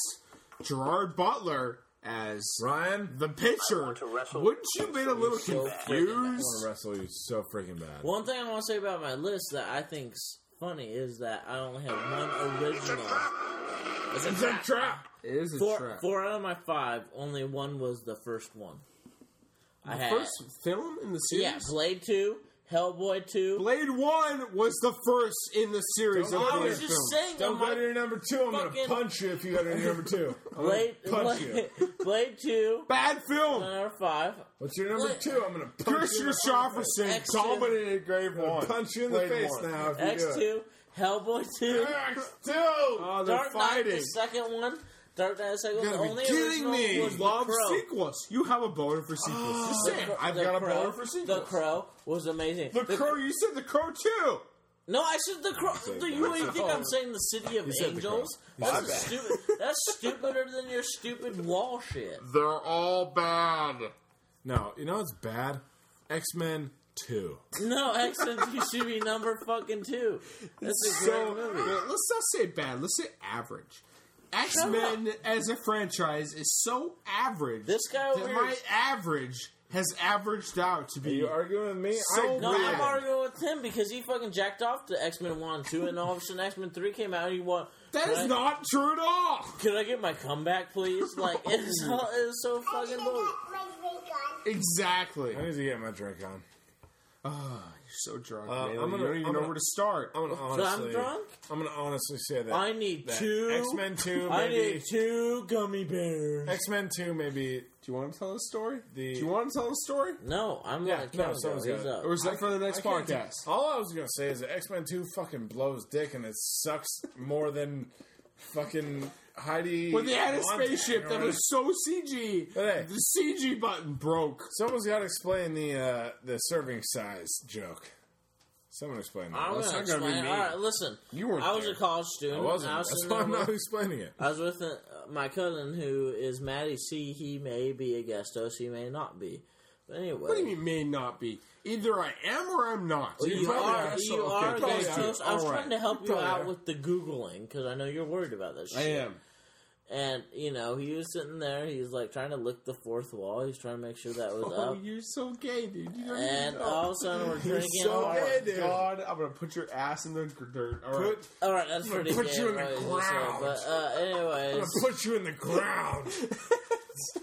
Speaker 1: Gerard Butler as
Speaker 3: Ryan,
Speaker 1: the pitcher,
Speaker 4: want to wrestle-
Speaker 1: wouldn't you be a little
Speaker 2: so freaking
Speaker 3: I
Speaker 1: confused?
Speaker 3: want to wrestle you so freaking bad.
Speaker 2: One thing I want to say about my list that I think's funny is that I only have one original. It's a trap.
Speaker 3: trap.
Speaker 1: It is a
Speaker 2: Four,
Speaker 1: trap.
Speaker 2: four out of my five, only one was the first one. I
Speaker 1: The
Speaker 2: had
Speaker 1: first film in the series?
Speaker 2: yeah, Blade Two, Hellboy Two.
Speaker 1: Blade 1 was the first in the series
Speaker 3: Don't
Speaker 1: of
Speaker 2: I
Speaker 3: Blade
Speaker 2: was
Speaker 1: Blade
Speaker 2: just
Speaker 1: films.
Speaker 2: saying,
Speaker 3: Don't
Speaker 2: I'm
Speaker 3: go
Speaker 2: like,
Speaker 3: to your number two. I'm
Speaker 2: fucking-
Speaker 3: gonna punch you if you go to your number
Speaker 2: [LAUGHS]
Speaker 3: two. I'm gonna
Speaker 2: Blade,
Speaker 3: punch
Speaker 2: Blade,
Speaker 3: you.
Speaker 2: [LAUGHS] Blade Two,
Speaker 1: Bad film!
Speaker 2: number five.
Speaker 3: What's your number
Speaker 2: Blade-
Speaker 3: two? I'm gonna punch you. in
Speaker 1: Christopher
Speaker 3: the-
Speaker 1: Jefferson
Speaker 2: X two.
Speaker 1: dominated Grade 1.
Speaker 3: Punch you in the
Speaker 1: Blade
Speaker 3: face
Speaker 1: one.
Speaker 3: now. If you
Speaker 2: X
Speaker 3: do it.
Speaker 2: Two, Hellboy Two,
Speaker 3: X two.
Speaker 1: Oh, they're
Speaker 2: Dark Knight, the
Speaker 1: fighting.
Speaker 2: second one. Dark Knight, the second one.
Speaker 3: You
Speaker 2: The
Speaker 3: gotta be
Speaker 2: only
Speaker 3: kidding
Speaker 2: original
Speaker 3: me.
Speaker 2: was The
Speaker 1: Love
Speaker 2: Crow.
Speaker 1: sequels. You have a boner
Speaker 2: [GASPS]
Speaker 1: for sequels. Just
Speaker 2: The
Speaker 1: saying,
Speaker 2: Cro-
Speaker 1: I've
Speaker 2: The
Speaker 1: got a
Speaker 2: Crow-
Speaker 1: boner for sequels.
Speaker 2: The Crow was amazing.
Speaker 1: The, crow. You said the crow too.
Speaker 2: No, I said the crow. Do you really think I'm saying the city of
Speaker 3: said the
Speaker 2: angels?
Speaker 3: Crow.
Speaker 2: That's stupid. That's stupider than your stupid wall
Speaker 3: [LAUGHS]
Speaker 2: shit.
Speaker 3: They're all bad. No, you know what's bad? X Men Two.
Speaker 2: No, X-Men two should be number fucking two. That's a great
Speaker 1: So
Speaker 2: movie.
Speaker 1: well, let's not say bad. Let's say average. X Men as a franchise is so average.
Speaker 2: This guy over
Speaker 1: that
Speaker 2: here-
Speaker 1: my average has averaged out to
Speaker 3: Are
Speaker 1: be.
Speaker 3: you arguing with me?
Speaker 1: So
Speaker 3: I
Speaker 2: No,
Speaker 1: bad.
Speaker 2: I'm arguing with him because he fucking jacked off to X Men One, and Two, and all of a sudden X Men Three came out. and He won.
Speaker 1: that is
Speaker 2: Right?
Speaker 1: not true at all.
Speaker 2: Could I get my comeback, please?
Speaker 3: [LAUGHS]
Speaker 2: Like it's so, it's so
Speaker 5: I
Speaker 2: fucking
Speaker 5: should
Speaker 2: low.
Speaker 5: get my big gun.
Speaker 1: Exactly.
Speaker 3: I need to get my drink on.
Speaker 1: You're so drunk,
Speaker 3: Uh,
Speaker 1: man.
Speaker 3: I'm
Speaker 1: you
Speaker 3: gonna-
Speaker 1: don't even
Speaker 3: I'm
Speaker 1: know
Speaker 3: gonna-
Speaker 1: where to start.
Speaker 3: I'm gonna honestly.
Speaker 2: drunk?
Speaker 3: I'm gonna honestly say that.
Speaker 2: I need
Speaker 3: that
Speaker 2: two.
Speaker 3: X Men Two.
Speaker 2: I
Speaker 3: Maybe
Speaker 2: need two gummy bears.
Speaker 3: X Men Two. Maybe
Speaker 1: Do you want to tell a story?
Speaker 3: The-
Speaker 1: Do you want to tell a story?
Speaker 2: No, I'm
Speaker 3: Yeah,
Speaker 2: like,
Speaker 3: no,
Speaker 2: no,
Speaker 3: someone's
Speaker 2: he's
Speaker 3: got it.
Speaker 2: up.
Speaker 1: Or is that for the
Speaker 3: I
Speaker 1: next
Speaker 3: can't do-
Speaker 1: podcast?
Speaker 3: all I was gonna say is that X Men Two fucking blows dick and it sucks more than fucking Heidi.
Speaker 1: When they had a
Speaker 3: Montag
Speaker 1: spaceship
Speaker 3: or
Speaker 1: that was so CG,
Speaker 3: Hey.
Speaker 1: the CG button broke.
Speaker 3: Someone's got to explain the uh, the serving size joke. Someone explain that.
Speaker 2: I'm
Speaker 3: That's
Speaker 2: gonna
Speaker 3: not gonna be
Speaker 2: explain.
Speaker 3: me.
Speaker 2: All right, listen.
Speaker 3: You weren't
Speaker 2: I was
Speaker 3: there.
Speaker 2: a college student.
Speaker 3: I wasn't.
Speaker 2: I was,
Speaker 3: That's
Speaker 2: in
Speaker 3: why
Speaker 2: there
Speaker 3: I'm not
Speaker 2: with,
Speaker 3: explaining it.
Speaker 2: I was with uh, my cousin who is Maddie C. He may be a guest host. He may not be. But anyway,
Speaker 1: What do you mean may not be? Either I am or I'm not.
Speaker 2: Well, you
Speaker 3: probably
Speaker 2: are,
Speaker 3: are, so
Speaker 2: you
Speaker 3: okay,
Speaker 2: are
Speaker 3: probably
Speaker 2: guest
Speaker 3: are.
Speaker 2: host. I was
Speaker 1: All right.
Speaker 2: trying to help you,
Speaker 3: probably
Speaker 2: out
Speaker 3: are.
Speaker 2: with the googling because I know you're worried about this.
Speaker 1: I
Speaker 2: shit.
Speaker 1: am.
Speaker 2: And you know, he was sitting there. He's like trying to lick the fourth wall. He's trying to make sure that was
Speaker 1: Oh,
Speaker 2: up.
Speaker 1: you're so gay, dude. You don't
Speaker 2: And
Speaker 1: even know. Oh,
Speaker 2: all of a sudden, we're
Speaker 1: You're
Speaker 2: drinking.
Speaker 1: so
Speaker 2: wine.
Speaker 1: gay, dude. God, I'm gonna put your ass in the gr- dirt. All right.
Speaker 3: Put,
Speaker 2: All right, that's
Speaker 3: gonna
Speaker 2: pretty
Speaker 3: put
Speaker 2: gay,
Speaker 3: you in the
Speaker 2: right, so,
Speaker 3: ground.
Speaker 2: But uh,
Speaker 3: I'm
Speaker 2: anyways,
Speaker 3: gonna [LAUGHS] put you in the ground.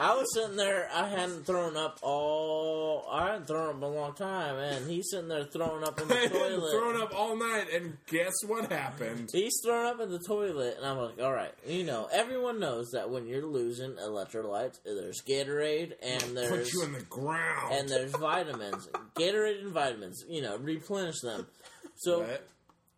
Speaker 2: I was sitting there. I hadn't thrown up all. I hadn't thrown up in a long time, and he's sitting there throwing up
Speaker 3: [LAUGHS]
Speaker 2: in [LAUGHS] the
Speaker 3: I've been
Speaker 2: toilet.
Speaker 3: thrown up all night, and guess what happened?
Speaker 2: He's thrown up in the toilet, and I'm like, all right, you know, everyone knows that when you're losing electrolytes, there's Gatorade and
Speaker 3: Put
Speaker 2: there's
Speaker 3: you in the ground.
Speaker 2: and there's vitamins, Gatorade and vitamins, you know, replenish them. So
Speaker 3: What?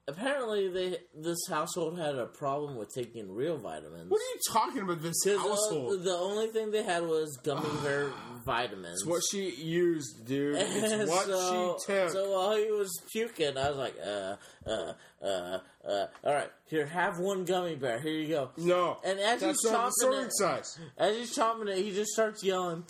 Speaker 2: apparently, they this household had a problem with taking real vitamins.
Speaker 1: What are you talking about? This
Speaker 2: 'Cause
Speaker 1: household.
Speaker 2: all- the only thing they had was gummy bear vitamins.
Speaker 1: [SIGHS] it's what she used, dude. It's
Speaker 2: [LAUGHS]
Speaker 1: what
Speaker 2: so,
Speaker 1: she took.
Speaker 2: so while he was puking, I was like, uh, uh, uh, uh, all right, here, have one gummy bear. Here you go.
Speaker 1: no,
Speaker 2: And as
Speaker 1: that's
Speaker 2: he's
Speaker 1: not the
Speaker 2: chopping
Speaker 1: serving
Speaker 2: it,
Speaker 1: size.
Speaker 2: as he's chopping it, he just starts yelling,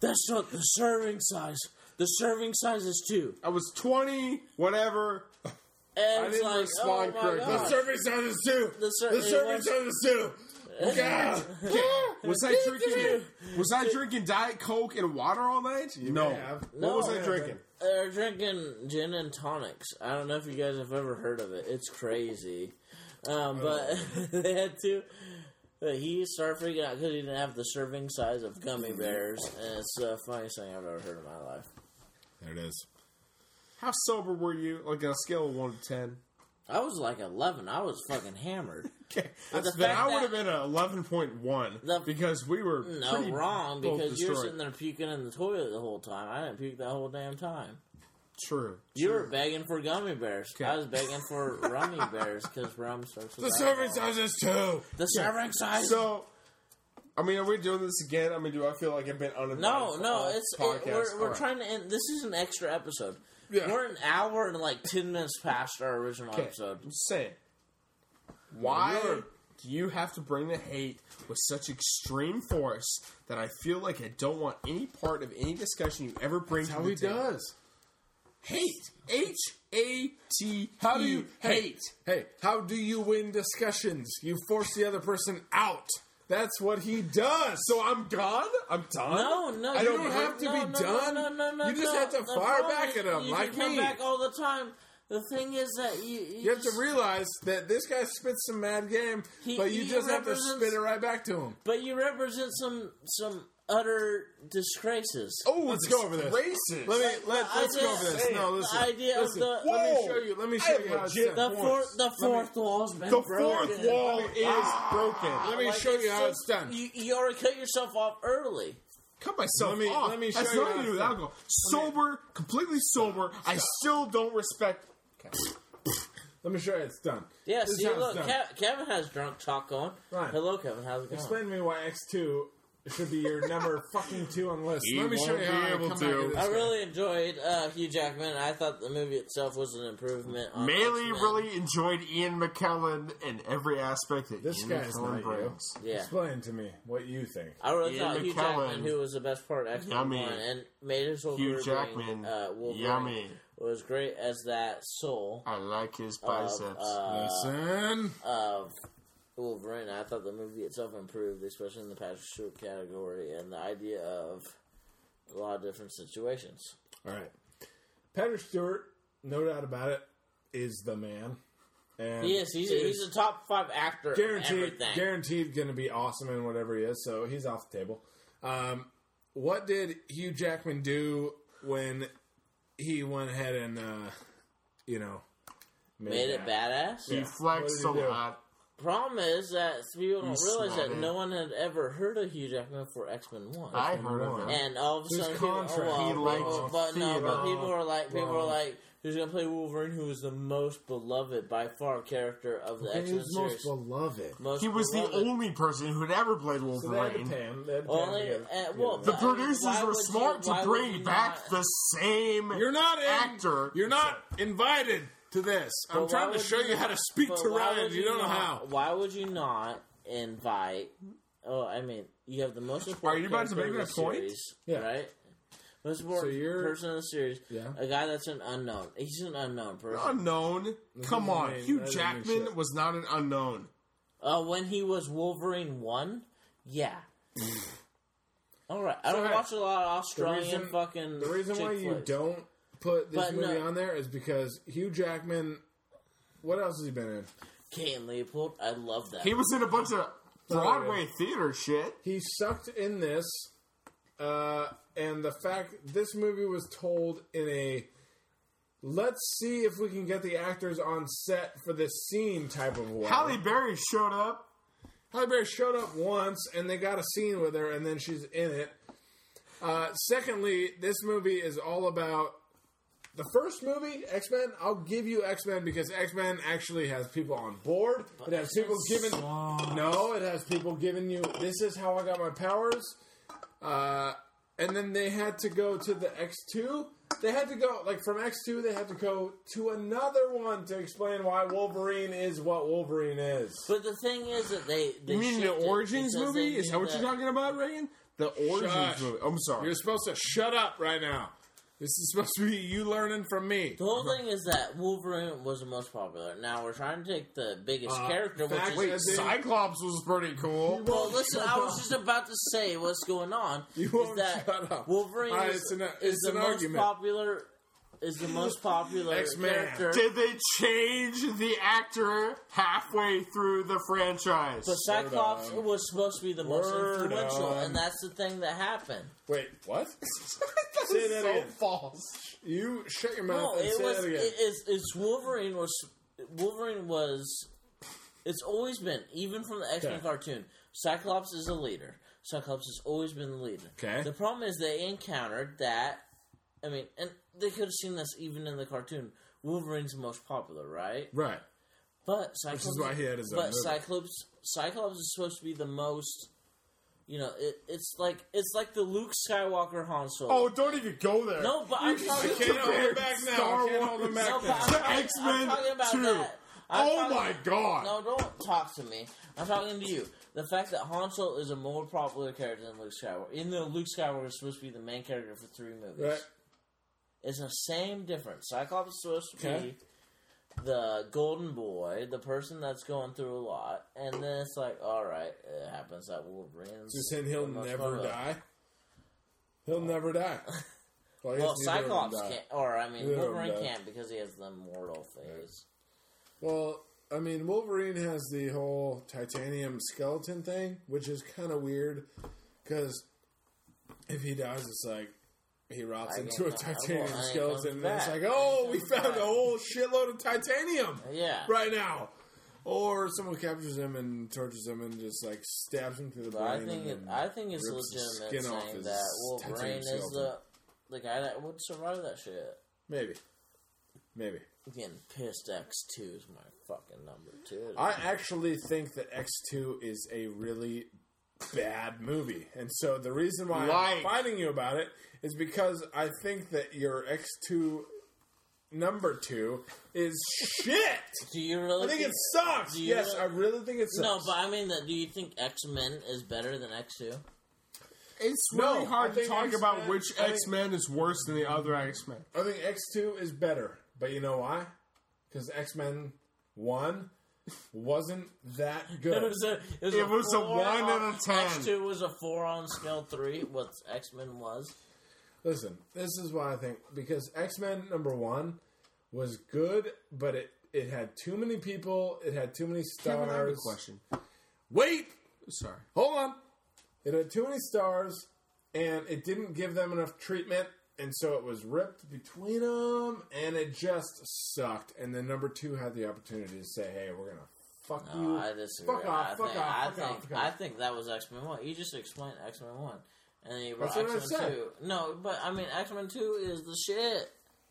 Speaker 2: "That's not the serving size. The serving size is two.
Speaker 1: I was 20, whatever.
Speaker 2: And
Speaker 1: I
Speaker 2: it's
Speaker 1: didn't
Speaker 2: like,
Speaker 1: respond
Speaker 2: oh my
Speaker 1: correctly.
Speaker 2: God.
Speaker 3: the serving size is two.
Speaker 2: The ser-
Speaker 3: the
Speaker 2: it
Speaker 3: serving
Speaker 2: was-
Speaker 3: size is two.
Speaker 2: [LAUGHS]
Speaker 3: God. [LAUGHS]
Speaker 1: Was I drinking? Was I drinking Diet Coke and water all night? no.
Speaker 3: may have.
Speaker 1: What was
Speaker 2: No.
Speaker 1: I drinking?
Speaker 2: They're drinking gin and tonics. I don't know if you guys have ever heard of it. It's crazy.
Speaker 1: Oh.
Speaker 2: Um, but [LAUGHS] they had to. But he started freaking out because he didn't have the serving size of gummy bears, and it's the funniest thing I've ever heard in my life.
Speaker 3: There it is.
Speaker 1: How sober were you? Like on a scale of one to ten.
Speaker 2: [LAUGHS] I was like 11. I was fucking
Speaker 1: [LAUGHS]
Speaker 2: hammered.
Speaker 1: Okay,
Speaker 2: the
Speaker 1: then
Speaker 2: fact
Speaker 1: I would
Speaker 2: that-
Speaker 1: have been an eleven point one
Speaker 2: The-
Speaker 1: because we were
Speaker 2: No,
Speaker 1: pretty
Speaker 2: wrong,
Speaker 1: both
Speaker 2: because you were
Speaker 1: destroyed.
Speaker 2: sitting there puking in the toilet the whole time. I didn't puke that whole damn time.
Speaker 1: True.
Speaker 2: You were begging for gummy bears. I was begging
Speaker 1: [LAUGHS]
Speaker 2: for rummy bears because rum starts with
Speaker 3: The serving
Speaker 2: alcohol.
Speaker 3: size is two.
Speaker 2: The serving size.
Speaker 1: So, I mean, are we doing this again? I mean, do I feel like I've been uninvited?
Speaker 2: no,
Speaker 1: for
Speaker 2: no,
Speaker 1: all
Speaker 2: it's it,
Speaker 1: podcasts?
Speaker 2: we're, we're
Speaker 1: All right.
Speaker 2: trying to end. This is an extra episode.
Speaker 3: Yeah.
Speaker 2: We're an hour and like ten minutes past our original
Speaker 1: Okay,
Speaker 2: episode.
Speaker 1: I'm just saying. Why
Speaker 3: You're-
Speaker 1: do you have to bring the hate with such extreme force that I feel like I don't want any part of any discussion you ever bring to the table? Hate. H A T. E.
Speaker 3: How do you
Speaker 1: hate?
Speaker 3: Hey, how do you win discussions? You force the other person out. That's what he does.
Speaker 1: So I'm gone. I'm done.
Speaker 2: No, no,
Speaker 3: I
Speaker 2: you
Speaker 3: don't have to
Speaker 2: no,
Speaker 3: be
Speaker 2: no, no,
Speaker 3: done.
Speaker 2: No, no, no,
Speaker 3: You just
Speaker 2: no.
Speaker 3: have to
Speaker 2: The
Speaker 3: fire
Speaker 2: problem
Speaker 3: back
Speaker 2: is
Speaker 3: at 'em,
Speaker 2: you
Speaker 3: like
Speaker 2: can come
Speaker 3: me.
Speaker 2: back all the time. The thing is that you you,
Speaker 3: You have to
Speaker 2: just-
Speaker 3: realize that this guy spits some mad game,
Speaker 2: He-
Speaker 3: but you
Speaker 2: he
Speaker 3: just have to
Speaker 2: represents-
Speaker 3: spit it right back to him.
Speaker 2: but you represent some some utter disgraces.
Speaker 1: Oh,
Speaker 3: Let's go over this. Let
Speaker 1: Racist.
Speaker 3: me let,
Speaker 2: I
Speaker 3: let's go over
Speaker 2: just-
Speaker 3: this. No, listen.
Speaker 2: The idea
Speaker 3: listen.
Speaker 2: of the
Speaker 3: Let me
Speaker 1: Whoa!
Speaker 3: show you. Let me
Speaker 1: I
Speaker 3: show
Speaker 1: have
Speaker 3: you how it's
Speaker 1: legit-
Speaker 3: done.
Speaker 2: the fourth the fourth wall's been
Speaker 1: the
Speaker 2: broken.
Speaker 1: fourth wall is broken.
Speaker 3: Let me
Speaker 2: Like,
Speaker 3: show
Speaker 2: it's
Speaker 3: you how
Speaker 2: just-
Speaker 3: it's done.
Speaker 2: You, you already cut yourself off early.
Speaker 1: cut myself
Speaker 3: Let me-
Speaker 1: off.
Speaker 3: let me
Speaker 1: That's
Speaker 3: show you
Speaker 1: nothing
Speaker 3: how
Speaker 1: to do with
Speaker 3: it's done.
Speaker 1: alcohol. Sober, completely sober. I still don't respect.
Speaker 3: Let me show you how it's done.
Speaker 2: Yeah,
Speaker 3: This is
Speaker 2: see,
Speaker 3: how it's
Speaker 2: look,
Speaker 3: done.
Speaker 2: Kev- Kevin has drunk talk going.
Speaker 3: Right.
Speaker 2: Hello, Kevin. How's it going?
Speaker 3: Explain to me why X two should be your [LAUGHS] number fucking two on the list. Let me show you how I come back to
Speaker 2: I
Speaker 3: this.
Speaker 2: really enjoyed uh, Hugh Jackman. I thought the movie itself was an improvement.
Speaker 3: Uh,
Speaker 2: on
Speaker 1: Mainly,
Speaker 2: X-Men.
Speaker 1: really enjoyed Ian McKellen in every aspect that
Speaker 3: This
Speaker 1: Ian
Speaker 3: guy's
Speaker 1: McKellen
Speaker 3: not you.
Speaker 1: brings.
Speaker 2: Yeah.
Speaker 3: Explain to me what you think.
Speaker 2: I really
Speaker 1: Ian
Speaker 2: thought Hugh
Speaker 1: McKellen.
Speaker 2: Jackman, who was the best part of X Men
Speaker 1: Yummy.
Speaker 2: One, and made his whole
Speaker 1: Hugh
Speaker 2: career
Speaker 1: Jackman.
Speaker 2: being, uh, Wolverine,
Speaker 1: Yummy.
Speaker 2: was great as that soul
Speaker 1: I like his
Speaker 2: of,
Speaker 1: biceps.
Speaker 2: uh,
Speaker 3: Listen.
Speaker 2: of Wolverine. I thought the movie itself improved, especially in the Patrick Stewart category and the idea of a lot of different situations.
Speaker 3: Uh, All right. Patrick Stewart, no doubt about it, is the man. And
Speaker 2: He is. He's,
Speaker 3: is
Speaker 2: he's a top five actor. Guaranteed.
Speaker 3: guaranteed,
Speaker 2: Everything.
Speaker 3: guaranteed going to be awesome in whatever he is. So he's off the table. Um, what did Hugh Jackman do when he went ahead and, uh, you know,
Speaker 2: Made it
Speaker 3: that?
Speaker 2: badass.
Speaker 1: he
Speaker 3: yeah.
Speaker 1: flexed a
Speaker 3: What did he do?
Speaker 1: lot.
Speaker 2: Problem is that people don't
Speaker 1: He's
Speaker 2: realize that
Speaker 1: swatted.
Speaker 2: no one had ever heard of Hugh Jackman for X Men One.
Speaker 1: I heard of him.
Speaker 2: and all of a
Speaker 3: His
Speaker 2: sudden, people, oh,
Speaker 3: contract.
Speaker 2: well,
Speaker 1: He liked
Speaker 2: oh, but no, but
Speaker 1: theater.
Speaker 2: people are like, people are
Speaker 3: Well.
Speaker 2: like, who's gonna play Wolverine? Who is the most beloved by far character of the X Men
Speaker 3: His most
Speaker 2: series?
Speaker 3: beloved.
Speaker 2: Most
Speaker 1: He was the
Speaker 2: beloved.
Speaker 1: only person who'd ever played
Speaker 3: So they had to
Speaker 1: Wolverine.
Speaker 3: pay him. They had to pay him
Speaker 2: Only,
Speaker 3: to get-
Speaker 2: uh, well,
Speaker 3: get
Speaker 1: the
Speaker 3: that.
Speaker 2: I mean,
Speaker 1: producers
Speaker 2: why
Speaker 1: were
Speaker 2: would
Speaker 1: smart
Speaker 2: you- why
Speaker 1: to
Speaker 2: would
Speaker 1: bring
Speaker 2: you
Speaker 1: back
Speaker 2: not-
Speaker 1: the same.
Speaker 3: You're not in,
Speaker 1: actor.
Speaker 3: You're not invited to this. I'm
Speaker 2: But
Speaker 3: trying
Speaker 2: why
Speaker 3: to
Speaker 2: would
Speaker 3: show you,
Speaker 2: not-
Speaker 3: how to speak
Speaker 2: but
Speaker 3: to
Speaker 2: why
Speaker 3: Ryan.
Speaker 2: would
Speaker 3: You don't know
Speaker 2: not-
Speaker 3: how.
Speaker 2: Why would you not invite? Oh, I mean, you have the most important.
Speaker 1: you about to
Speaker 2: character
Speaker 1: make
Speaker 2: of
Speaker 1: that
Speaker 2: the
Speaker 1: point?
Speaker 2: Series,
Speaker 3: Yeah.
Speaker 2: Right. Most important
Speaker 3: you're-
Speaker 2: person in the series.
Speaker 3: Yeah.
Speaker 2: A guy that's an unknown. He's an unknown person.
Speaker 1: Unknown. Come
Speaker 3: doesn't
Speaker 1: on.
Speaker 3: mean-
Speaker 1: Hugh
Speaker 3: that doesn't mean
Speaker 1: Jackman
Speaker 3: shit.
Speaker 1: was not an unknown.
Speaker 2: Uh, when he was Wolverine one, yeah.
Speaker 3: [SIGHS]
Speaker 2: All right. I don't
Speaker 3: Alright.
Speaker 2: watch a lot of Australian
Speaker 3: The reason-
Speaker 2: fucking.
Speaker 3: The reason
Speaker 2: chick
Speaker 3: why you
Speaker 2: flicks.
Speaker 3: don't put this
Speaker 2: But no-
Speaker 3: movie on there is because Hugh Jackman. What else has he been in?
Speaker 2: Kane Leopold, I love that.
Speaker 1: He was in a bunch of Broadway theater shit.
Speaker 3: He sucked in this, uh, and the fact this movie was told in a let's see if we can get the actors on set for this scene type of way.
Speaker 1: Halle Berry showed up.
Speaker 3: Halle Berry showed up once, and they got a scene with her, and then she's in it. Uh, secondly, this movie is all about the first movie, X Men. I'll give you X Men because X Men actually has people on board. It has people giving. No, it has people giving you. This is how I got my powers. Uh, and then they had to go to the X two. They had to go like from X two. They had to go to another one to explain why Wolverine is what Wolverine is.
Speaker 2: But the thing is that they. they
Speaker 1: You mean the
Speaker 2: shifted
Speaker 1: Origins
Speaker 2: because they
Speaker 1: movie? Is
Speaker 2: knew
Speaker 1: that what you're talking about, Reagan? The Origins
Speaker 3: Shush.
Speaker 1: movie. I'm sorry.
Speaker 3: You're supposed to shut up right now. This is supposed to be you learning from me.
Speaker 2: The whole thing is that Wolverine was the most popular. Now we're trying to take the biggest character, which
Speaker 3: fact-
Speaker 2: is.
Speaker 3: Uh, wait,
Speaker 2: is
Speaker 3: [LAUGHS]
Speaker 1: Cyclops was pretty cool.
Speaker 2: well, listen, I was just about to say what's going on.
Speaker 3: [LAUGHS] You
Speaker 2: is
Speaker 3: won't
Speaker 2: that
Speaker 3: shut up.
Speaker 2: Wolverine
Speaker 3: Alright,
Speaker 2: is,
Speaker 3: it's an-
Speaker 2: is
Speaker 3: it's
Speaker 2: the
Speaker 3: an
Speaker 2: most
Speaker 3: argument.
Speaker 2: popular. Is the most popular
Speaker 3: [LAUGHS] X-Man.
Speaker 2: character.
Speaker 1: Did they change the actor halfway through the franchise?
Speaker 2: But Cyclops
Speaker 3: on.
Speaker 2: was supposed to be the most
Speaker 3: Word
Speaker 2: influential,
Speaker 3: on.
Speaker 2: and that's the thing that happened.
Speaker 3: Wait,
Speaker 2: [LAUGHS]
Speaker 3: what?
Speaker 1: That
Speaker 3: Say
Speaker 1: is
Speaker 3: that
Speaker 1: so
Speaker 3: again.
Speaker 1: false.
Speaker 3: You shut your mouth
Speaker 2: No,
Speaker 3: and
Speaker 2: it
Speaker 3: say
Speaker 2: was.
Speaker 3: that again.
Speaker 2: It is. It's Wolverine was. Wolverine was. It's always been, even from the X Men
Speaker 3: Okay.
Speaker 2: cartoon. Cyclops is a leader. Cyclops has always been the leader.
Speaker 3: Okay.
Speaker 2: The problem is they encountered that. I mean, and they could have seen this even in the cartoon. Wolverine's the most popular, right?
Speaker 3: right.
Speaker 2: But Cyclops,
Speaker 3: is why he had his own
Speaker 2: but
Speaker 3: movie.
Speaker 2: Cyclops, Cyclops is supposed to be the most. You know, it, it's like it's like the Luke Skywalker Han Solo.
Speaker 1: Oh, don't even go there.
Speaker 2: no, but I'm
Speaker 1: just-
Speaker 2: talking
Speaker 3: I
Speaker 1: I
Speaker 3: can't hold him back now.
Speaker 1: Star
Speaker 3: I can't hold him back
Speaker 2: no,
Speaker 3: now.
Speaker 2: but I'm,
Speaker 1: [LAUGHS] X Men
Speaker 2: I'm talking about
Speaker 1: Two.
Speaker 2: that. I'm
Speaker 1: Oh
Speaker 2: talking-
Speaker 1: my god.
Speaker 2: No, don't talk to me. I'm talking to you. The fact that Han Solo is a more popular character than Luke Skywalker, even though Luke Skywalker is supposed to be the main character for three movies,
Speaker 3: Right.
Speaker 2: it's the same difference. Cyclops is supposed to
Speaker 3: Okay.
Speaker 2: be the golden boy, the person that's going through a lot, and then it's like, all right, it happens that Wolverine's
Speaker 3: Just saying he'll
Speaker 2: the most
Speaker 3: never
Speaker 2: popular.
Speaker 3: die. He'll never die. Well, I guess
Speaker 2: Well,
Speaker 3: neither of them
Speaker 2: Cyclops
Speaker 3: die.
Speaker 2: can't, or I mean,
Speaker 3: Neither of them
Speaker 2: Wolverine
Speaker 3: die.
Speaker 2: can't because he has the mortal phase.
Speaker 3: Well, I mean, Wolverine has the whole titanium skeleton thing, which is kind of weird because if he dies, it's like he rots
Speaker 2: I
Speaker 3: into a
Speaker 2: don't know.
Speaker 3: titanium
Speaker 2: Well, I-
Speaker 3: skeleton, and
Speaker 2: comes
Speaker 3: it's
Speaker 2: back.
Speaker 3: like, oh, we
Speaker 2: Comes
Speaker 3: found
Speaker 2: back.
Speaker 3: a whole shitload of titanium
Speaker 2: Yeah.
Speaker 3: right now. Or someone captures him and tortures him and just like stabs him through the
Speaker 2: But I
Speaker 3: brain.
Speaker 2: think
Speaker 3: and
Speaker 2: it,
Speaker 3: then
Speaker 2: I think it's
Speaker 3: rips the
Speaker 2: legitimate
Speaker 3: skin off
Speaker 2: saying
Speaker 3: his
Speaker 2: that
Speaker 3: titanium
Speaker 2: Wolverine is
Speaker 3: skeleton.
Speaker 2: the the guy that would survive that shit.
Speaker 3: maybe, maybe.
Speaker 2: Getting pissed X two is my fucking number two.
Speaker 3: I actually think that X Two is a really bad movie, and so the reason why
Speaker 1: Like-
Speaker 3: I'm fighting you about it is because I think that your X Two number two is shit.
Speaker 2: do you really
Speaker 3: I think it sucks.
Speaker 2: Do you
Speaker 3: Yes,
Speaker 2: really-
Speaker 3: I really think it sucks.
Speaker 2: No, but I mean that. Do you think X Men is better than X two?
Speaker 1: It's
Speaker 3: No,
Speaker 1: really
Speaker 3: I
Speaker 1: hard to
Speaker 3: think
Speaker 1: talk
Speaker 3: X-Men-
Speaker 1: about which
Speaker 3: I think-
Speaker 1: X Men is worse than the other X Men.
Speaker 3: I think X Two is better, but you know why? Because X Men One wasn't that
Speaker 2: It
Speaker 3: good.
Speaker 1: [LAUGHS]
Speaker 2: was a it was,
Speaker 1: It was a
Speaker 2: four
Speaker 1: one
Speaker 2: on-
Speaker 1: out of ten.
Speaker 2: X two was a four on scale three. What X Men was.
Speaker 3: Listen, this is why I think because X Men number one was good, but it it had too many people, it had too many
Speaker 1: Kevin, I have a
Speaker 3: stars.
Speaker 1: question.
Speaker 3: Wait,
Speaker 1: Sorry.
Speaker 3: hold on. It had too many stars, and it didn't give them enough treatment, and so it was ripped between them, and it just sucked. And then number two had the opportunity to say, "Hey, we're gonna fuck
Speaker 2: No,
Speaker 3: you,
Speaker 2: Uh, I disagree.
Speaker 3: fuck off,
Speaker 2: I
Speaker 3: fuck
Speaker 2: think,
Speaker 3: off,
Speaker 2: I
Speaker 3: fuck
Speaker 2: think,
Speaker 3: off, fuck
Speaker 2: I
Speaker 3: off."
Speaker 2: think that was X Men One. You just explained X Men One, and then you brought
Speaker 3: That's what I
Speaker 2: X Men
Speaker 3: said.
Speaker 2: Two. No, but I mean X Men Two is the shit.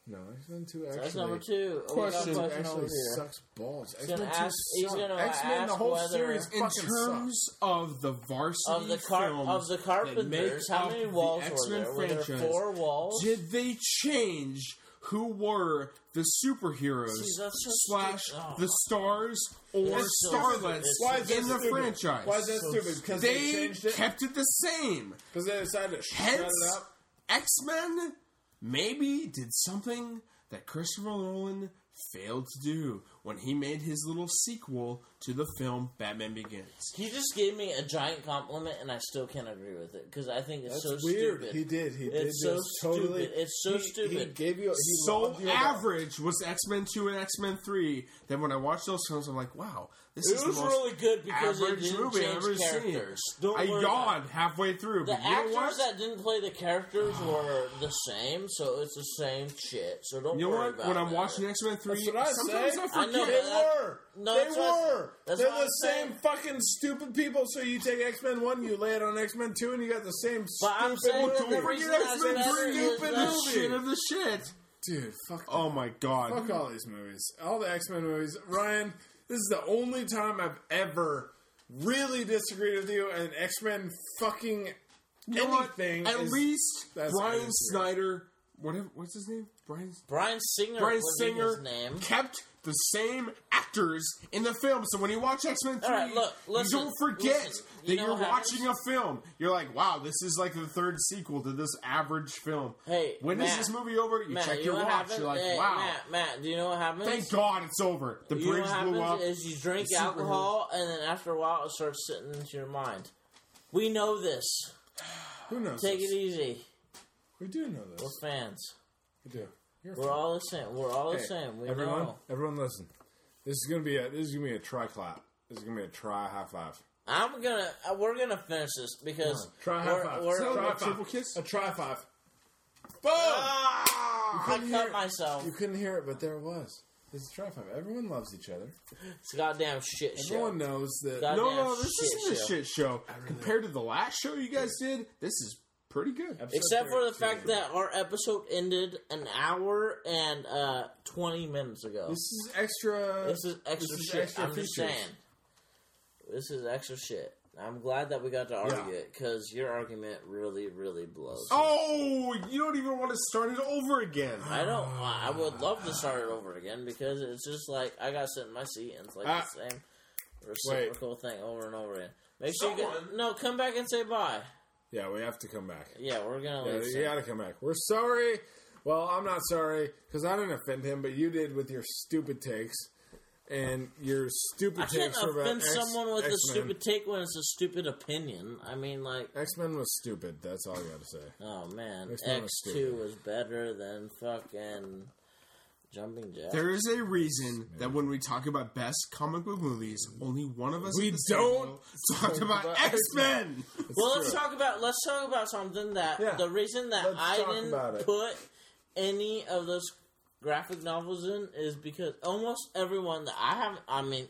Speaker 3: No, X Men two actually.
Speaker 2: That's number two. Oh, we got a
Speaker 1: question
Speaker 2: question over
Speaker 3: Actually,
Speaker 2: here.
Speaker 3: sucks balls. X
Speaker 2: gonna
Speaker 3: Men
Speaker 2: ask-
Speaker 3: two
Speaker 2: he's
Speaker 3: sucks.
Speaker 2: gonna
Speaker 3: X Men the
Speaker 2: ask
Speaker 3: whole
Speaker 2: whether-
Speaker 3: series
Speaker 1: In
Speaker 3: fucking sucks.
Speaker 1: terms of the varsity
Speaker 2: Of the car-
Speaker 1: films
Speaker 2: of the
Speaker 1: that
Speaker 2: Carpenters,
Speaker 1: make
Speaker 2: how
Speaker 1: up
Speaker 2: many
Speaker 1: the
Speaker 2: walls were
Speaker 1: X-Men
Speaker 2: there? Were there
Speaker 1: franchise,
Speaker 2: four walls?
Speaker 1: Did they change who were the superheroes
Speaker 2: See, that's so
Speaker 1: slash
Speaker 2: stupid. Oh.
Speaker 1: the stars or
Speaker 2: That's so
Speaker 1: starlets
Speaker 2: stupid.
Speaker 3: Why is that
Speaker 1: in the
Speaker 3: stupid?
Speaker 1: franchise?
Speaker 3: Why is that stupid? Because they,
Speaker 1: they
Speaker 3: changed it.
Speaker 1: kept it the same.
Speaker 3: Because they decided to shut
Speaker 1: Hence,
Speaker 3: it up.
Speaker 1: X Men maybe did something that Christopher Nolan failed to do when he made his little sequel to the film Batman Begins.
Speaker 2: He just gave me a giant compliment, and I still can't agree with it because I think it's
Speaker 3: That's
Speaker 2: so
Speaker 3: weird.
Speaker 2: stupid.
Speaker 3: He did. He did.
Speaker 2: It's so
Speaker 3: just totally.
Speaker 2: stupid. It's so
Speaker 3: he, He
Speaker 2: stupid.
Speaker 3: gave you. He
Speaker 1: so
Speaker 3: loved you about-
Speaker 1: average was X Men Two and X Men Three. Then when I watched those films, I'm like, wow, this
Speaker 2: It
Speaker 1: is
Speaker 2: was
Speaker 1: the most
Speaker 2: really good because it
Speaker 1: average
Speaker 2: didn't
Speaker 1: movie I've
Speaker 2: change
Speaker 1: ever
Speaker 2: characters.
Speaker 1: seen.
Speaker 2: Don't
Speaker 1: I
Speaker 2: worry about it.
Speaker 1: yawned halfway through.
Speaker 2: The
Speaker 1: but you know what?
Speaker 2: actors that didn't play the characters were the same, so it's the same shit. So don't
Speaker 1: you know
Speaker 2: worry
Speaker 1: what?
Speaker 2: about
Speaker 1: When I'm
Speaker 2: it.
Speaker 1: watching X Men Three,
Speaker 3: That's what I
Speaker 1: sometimes
Speaker 3: say.
Speaker 1: I
Speaker 2: I
Speaker 1: forget.
Speaker 2: know,
Speaker 3: They
Speaker 2: but that-
Speaker 3: were.
Speaker 2: no,
Speaker 3: they
Speaker 2: that's what-
Speaker 3: were.
Speaker 2: that's
Speaker 3: They're
Speaker 2: what
Speaker 3: the
Speaker 2: I'm saying.
Speaker 3: same fucking stupid people. So you take X Men One, you lay it on X Men Two, and you got the same.
Speaker 2: But I'm saying
Speaker 3: stupid
Speaker 2: the
Speaker 1: Don't
Speaker 3: movie.
Speaker 2: reason
Speaker 1: forget
Speaker 2: that's
Speaker 1: X Men
Speaker 2: better
Speaker 1: Three,
Speaker 2: is
Speaker 1: stupid
Speaker 2: that-
Speaker 1: movie. shit of the shit.
Speaker 3: Dude, fuck. that.
Speaker 1: Oh my god!
Speaker 3: Fuck all these movies. All the X Men movies. Ryan, this is the only time I've ever really disagreed with you, and X Men fucking
Speaker 1: You know what?
Speaker 3: anything.
Speaker 1: At
Speaker 3: is-
Speaker 1: least
Speaker 3: that's
Speaker 1: Brian
Speaker 3: easier.
Speaker 1: Snyder, whatever, what's his name? Brian.
Speaker 2: Brian Singer,
Speaker 1: Brian
Speaker 2: was in
Speaker 1: Singer
Speaker 2: his name.
Speaker 1: kept the same actors in the film, so when you watch X Men Three,
Speaker 2: right, look, listen,
Speaker 1: you don't forget
Speaker 2: listen,
Speaker 1: that
Speaker 2: you know
Speaker 1: you're
Speaker 2: what
Speaker 1: watching a film. You're like, wow, this is like the third sequel to this average film.
Speaker 2: Hey,
Speaker 1: when is
Speaker 2: Matt,
Speaker 1: this movie over? You
Speaker 2: Matt,
Speaker 1: check
Speaker 2: you
Speaker 1: your
Speaker 2: know what
Speaker 1: watch.
Speaker 2: happened?
Speaker 1: You're like,
Speaker 2: Hey,
Speaker 1: wow,
Speaker 2: Matt, Matt, do you know what happens?
Speaker 1: thank God it's over. The
Speaker 2: You know
Speaker 1: bridge
Speaker 2: what happens
Speaker 1: blew up.
Speaker 2: is you drink
Speaker 1: The superhero-
Speaker 2: alcohol, and then after a while, it starts sitting into your mind. We know this.
Speaker 3: Who knows?
Speaker 2: Take
Speaker 3: this?
Speaker 2: it easy.
Speaker 3: We do know
Speaker 2: We're
Speaker 3: this.
Speaker 2: fans.
Speaker 3: We do. You're
Speaker 2: We're all the same. We're all the
Speaker 3: Hey,
Speaker 2: same. We
Speaker 3: everyone,
Speaker 2: know.
Speaker 3: everyone, listen. This is gonna be a. This is gonna be a try clap. This is gonna be a try high five.
Speaker 2: I'm gonna. uh, We're gonna finish this because
Speaker 3: Try high
Speaker 2: we're,
Speaker 3: 5
Speaker 2: we're-
Speaker 3: Try
Speaker 1: a
Speaker 3: five.
Speaker 1: triple kiss?
Speaker 3: A try five.
Speaker 1: Boom! Ah!
Speaker 2: I
Speaker 3: couldn't hear
Speaker 2: cut
Speaker 3: it.
Speaker 2: myself.
Speaker 3: You couldn't hear it, but there it was. It's a try five. Everyone loves each other.
Speaker 2: It's a goddamn shit show.
Speaker 3: Everyone knows that.
Speaker 2: God-
Speaker 1: No,
Speaker 2: Goddamn
Speaker 1: no, this
Speaker 2: shit
Speaker 1: isn't
Speaker 2: show.
Speaker 1: a shit show. Compared to the last show you guys did, this is pretty good.
Speaker 2: Except for
Speaker 3: 13.
Speaker 2: the fact that our episode ended an hour and uh, 20 minutes ago.
Speaker 3: This is extra.
Speaker 2: This is extra
Speaker 3: this is
Speaker 2: shit.
Speaker 3: extra
Speaker 2: I'm just
Speaker 3: features.
Speaker 2: saying. This is extra shit. I'm glad that we got to argue
Speaker 3: Yeah.
Speaker 2: it because your argument really, really blows.
Speaker 1: Oh, you don't even want to start it over again.
Speaker 2: I don't. I I would love to start it over again because it's just like I got to sit in my seat and it's like
Speaker 3: Ah.
Speaker 2: the same reciprocal thing over and over again. Make sure you
Speaker 1: Someone-
Speaker 2: get, no come back and say bye.
Speaker 3: Yeah, we have to come back.
Speaker 2: Yeah, we're gonna
Speaker 3: Yeah,
Speaker 2: leave.
Speaker 3: you
Speaker 2: soon.
Speaker 3: gotta come back. We're sorry. Well, I'm not sorry because I didn't offend him, but you did with your stupid takes and your stupid
Speaker 2: I can't
Speaker 3: takes were about
Speaker 2: offend
Speaker 3: X-
Speaker 2: someone with a
Speaker 3: X-Men.
Speaker 2: stupid take when it's a stupid opinion. I mean, like,
Speaker 3: X Men was stupid. That's all I gotta say.
Speaker 2: oh man,
Speaker 3: X-Men was
Speaker 2: X two
Speaker 3: stupid.
Speaker 2: was better than fucking Jumping Jack.
Speaker 1: There is a reason that when we talk about best comic book movies, only one of us
Speaker 3: We
Speaker 1: at this
Speaker 3: don't
Speaker 1: table talk about
Speaker 3: about
Speaker 1: X Men.
Speaker 2: well, let's talk about let's talk about something that
Speaker 3: Yeah.
Speaker 2: the reason that
Speaker 3: Let's
Speaker 2: I
Speaker 3: talk about
Speaker 2: didn't
Speaker 3: it.
Speaker 2: put any of those graphic novels in is because almost everyone that I have, I mean,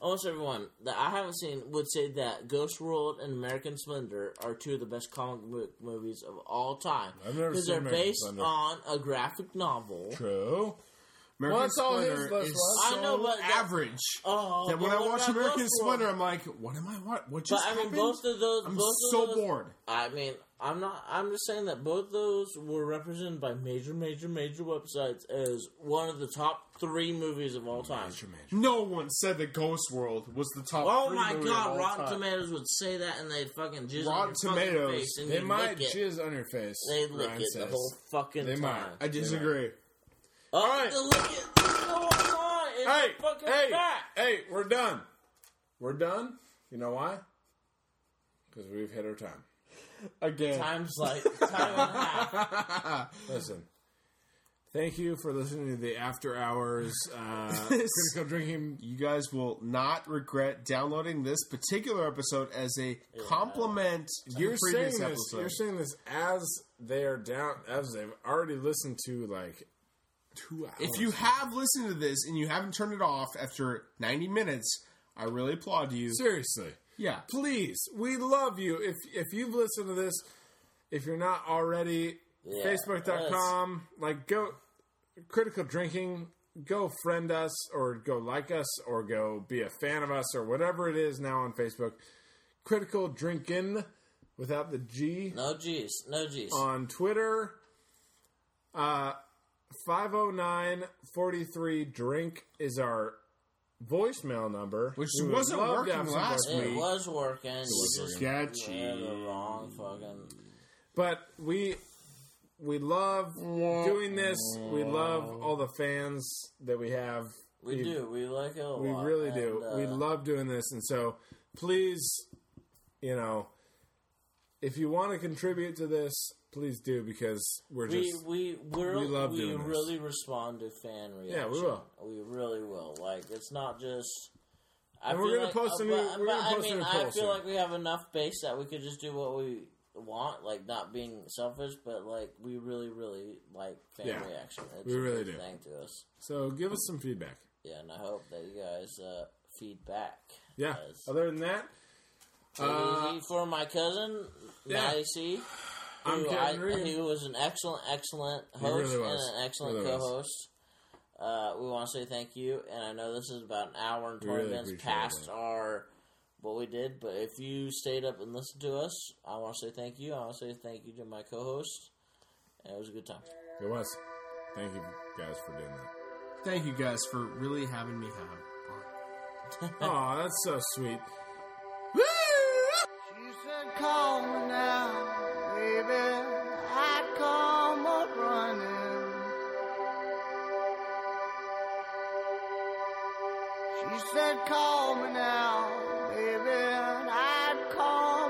Speaker 2: almost everyone that I haven't seen would say that Ghost World and American Splendor are two of the best comic book movies of all time
Speaker 3: I've never seen
Speaker 2: they're
Speaker 3: American
Speaker 2: based
Speaker 3: Splendor.
Speaker 2: on a graphic novel.
Speaker 3: True.
Speaker 1: American
Speaker 3: that's all his
Speaker 1: Splendor
Speaker 3: list
Speaker 1: is
Speaker 3: was.
Speaker 1: so
Speaker 2: I know, but that-
Speaker 1: average.
Speaker 2: Oh,
Speaker 1: that when
Speaker 2: but
Speaker 1: I
Speaker 2: what
Speaker 1: watch
Speaker 2: about
Speaker 1: American
Speaker 2: Ghost World?
Speaker 1: Splendor, I'm like, what am I? What? What
Speaker 2: But
Speaker 1: just
Speaker 2: I mean,
Speaker 1: happened?
Speaker 2: both of those.
Speaker 1: I'm
Speaker 2: both
Speaker 1: so
Speaker 2: of those,
Speaker 1: bored.
Speaker 2: I mean, I'm not. I'm just saying that both those were represented by major, major, major websites as one of the top three movies of all time.
Speaker 1: No one said that Ghost World was the top.
Speaker 2: Oh
Speaker 1: three
Speaker 2: my
Speaker 1: movie of
Speaker 2: God!
Speaker 1: all
Speaker 2: Rotten
Speaker 1: time.
Speaker 2: Tomatoes would say that, and they'd fucking jizz on
Speaker 1: Rotten
Speaker 2: your fucking
Speaker 1: Tomatoes,
Speaker 2: face and
Speaker 3: They
Speaker 2: you'd
Speaker 3: might
Speaker 2: lick it.
Speaker 3: jizz on your face.
Speaker 2: They'd lick
Speaker 3: Ryan
Speaker 2: it the
Speaker 3: says.
Speaker 2: whole fucking
Speaker 3: They might.
Speaker 2: time.
Speaker 1: I disagree.
Speaker 2: oh,
Speaker 3: All right.
Speaker 2: They'd lick it the whole time. in
Speaker 3: Hey,
Speaker 2: the fucking
Speaker 3: hey,
Speaker 2: back.
Speaker 3: hey, we're done. We're done. You know why? Because we've hit our time.
Speaker 1: Again,
Speaker 2: Times like time and a
Speaker 3: [LAUGHS]
Speaker 2: half.
Speaker 3: Listen. Thank you for listening to the After Hours uh,
Speaker 2: [LAUGHS]
Speaker 3: Critical Drinking
Speaker 1: you guys will not regret downloading this particular episode as a compliment to
Speaker 3: You're
Speaker 1: the previous
Speaker 3: saying this.
Speaker 1: episode.
Speaker 3: You're saying this as they're down, as they've already listened to like two hours.
Speaker 1: If you have listened to this and you haven't turned it off after 90 minutes, I really applaud you.
Speaker 3: seriously,
Speaker 1: Yeah.
Speaker 3: please, we love you. If if you've listened to this, if you're not already,
Speaker 2: Yeah,
Speaker 3: Facebook.com, like go critical drinking. Go friend us, or go like us, or go be a fan of us, or whatever it is now on Facebook. Critical drinking without the G.
Speaker 2: No G's. No G's.
Speaker 3: on Twitter. Uh, 509-43-DRINK is our voicemail number.
Speaker 1: Which
Speaker 3: We would
Speaker 1: wasn't
Speaker 3: love to
Speaker 1: working
Speaker 3: have some
Speaker 1: last
Speaker 3: voicemail.
Speaker 2: it
Speaker 1: week.
Speaker 2: was working. It was
Speaker 1: Sketchy.
Speaker 2: the wrong fucking.
Speaker 3: But we we love doing this. We love all the fans that we have.
Speaker 2: We do. We like it a
Speaker 3: We
Speaker 2: lot.
Speaker 3: really do.
Speaker 2: and, uh,
Speaker 3: we love doing this. And so please, you know, if you want to contribute to this, please do because we're
Speaker 2: We
Speaker 3: just
Speaker 2: we we're,
Speaker 3: we
Speaker 2: we
Speaker 3: love doing this.
Speaker 2: really respond to fan reaction.
Speaker 3: Yeah, we will.
Speaker 2: We really will. Like it's not just. I
Speaker 3: And we're
Speaker 2: feel uh,
Speaker 3: gonna post a new-
Speaker 2: but-
Speaker 3: we're
Speaker 2: but,
Speaker 3: gonna
Speaker 2: I
Speaker 3: post a
Speaker 2: mean,
Speaker 3: new
Speaker 2: I
Speaker 3: poll
Speaker 2: feel
Speaker 3: soon.
Speaker 2: like we have enough base that we could just do what we want, like not being selfish, but like we really, really like fan
Speaker 3: Yeah.
Speaker 2: reaction. It's
Speaker 3: We
Speaker 2: a
Speaker 3: really
Speaker 2: big
Speaker 3: do.
Speaker 2: Thing to us.
Speaker 3: so give us some feedback.
Speaker 2: Yeah, and I hope that you guys uh, feed back.
Speaker 3: Yeah.
Speaker 2: Yes.
Speaker 3: Other than that,
Speaker 2: Easy for my cousin,
Speaker 3: Uh, yeah.
Speaker 2: Maddie C.
Speaker 3: I'm
Speaker 2: who,
Speaker 3: Kevin
Speaker 2: I,
Speaker 3: Reed.
Speaker 2: who was an excellent, excellent host
Speaker 3: really was.
Speaker 2: and an excellent
Speaker 3: Really was.
Speaker 2: co-host. Uh, we want to say thank you, and I know this is about an hour and twenty
Speaker 3: really
Speaker 2: minutes
Speaker 3: appreciate
Speaker 2: past
Speaker 3: that.
Speaker 2: our what we did, but if you stayed up and listened to us, I want to say thank you. I want to say thank you to my co-host, and it was a good time.
Speaker 3: It was. Thank you guys for doing that.
Speaker 1: Thank you guys for really having me have.
Speaker 3: Oh, that's so sweet.
Speaker 6: She said, call me now, baby. I come up running. She said, call me now, baby. And I'd come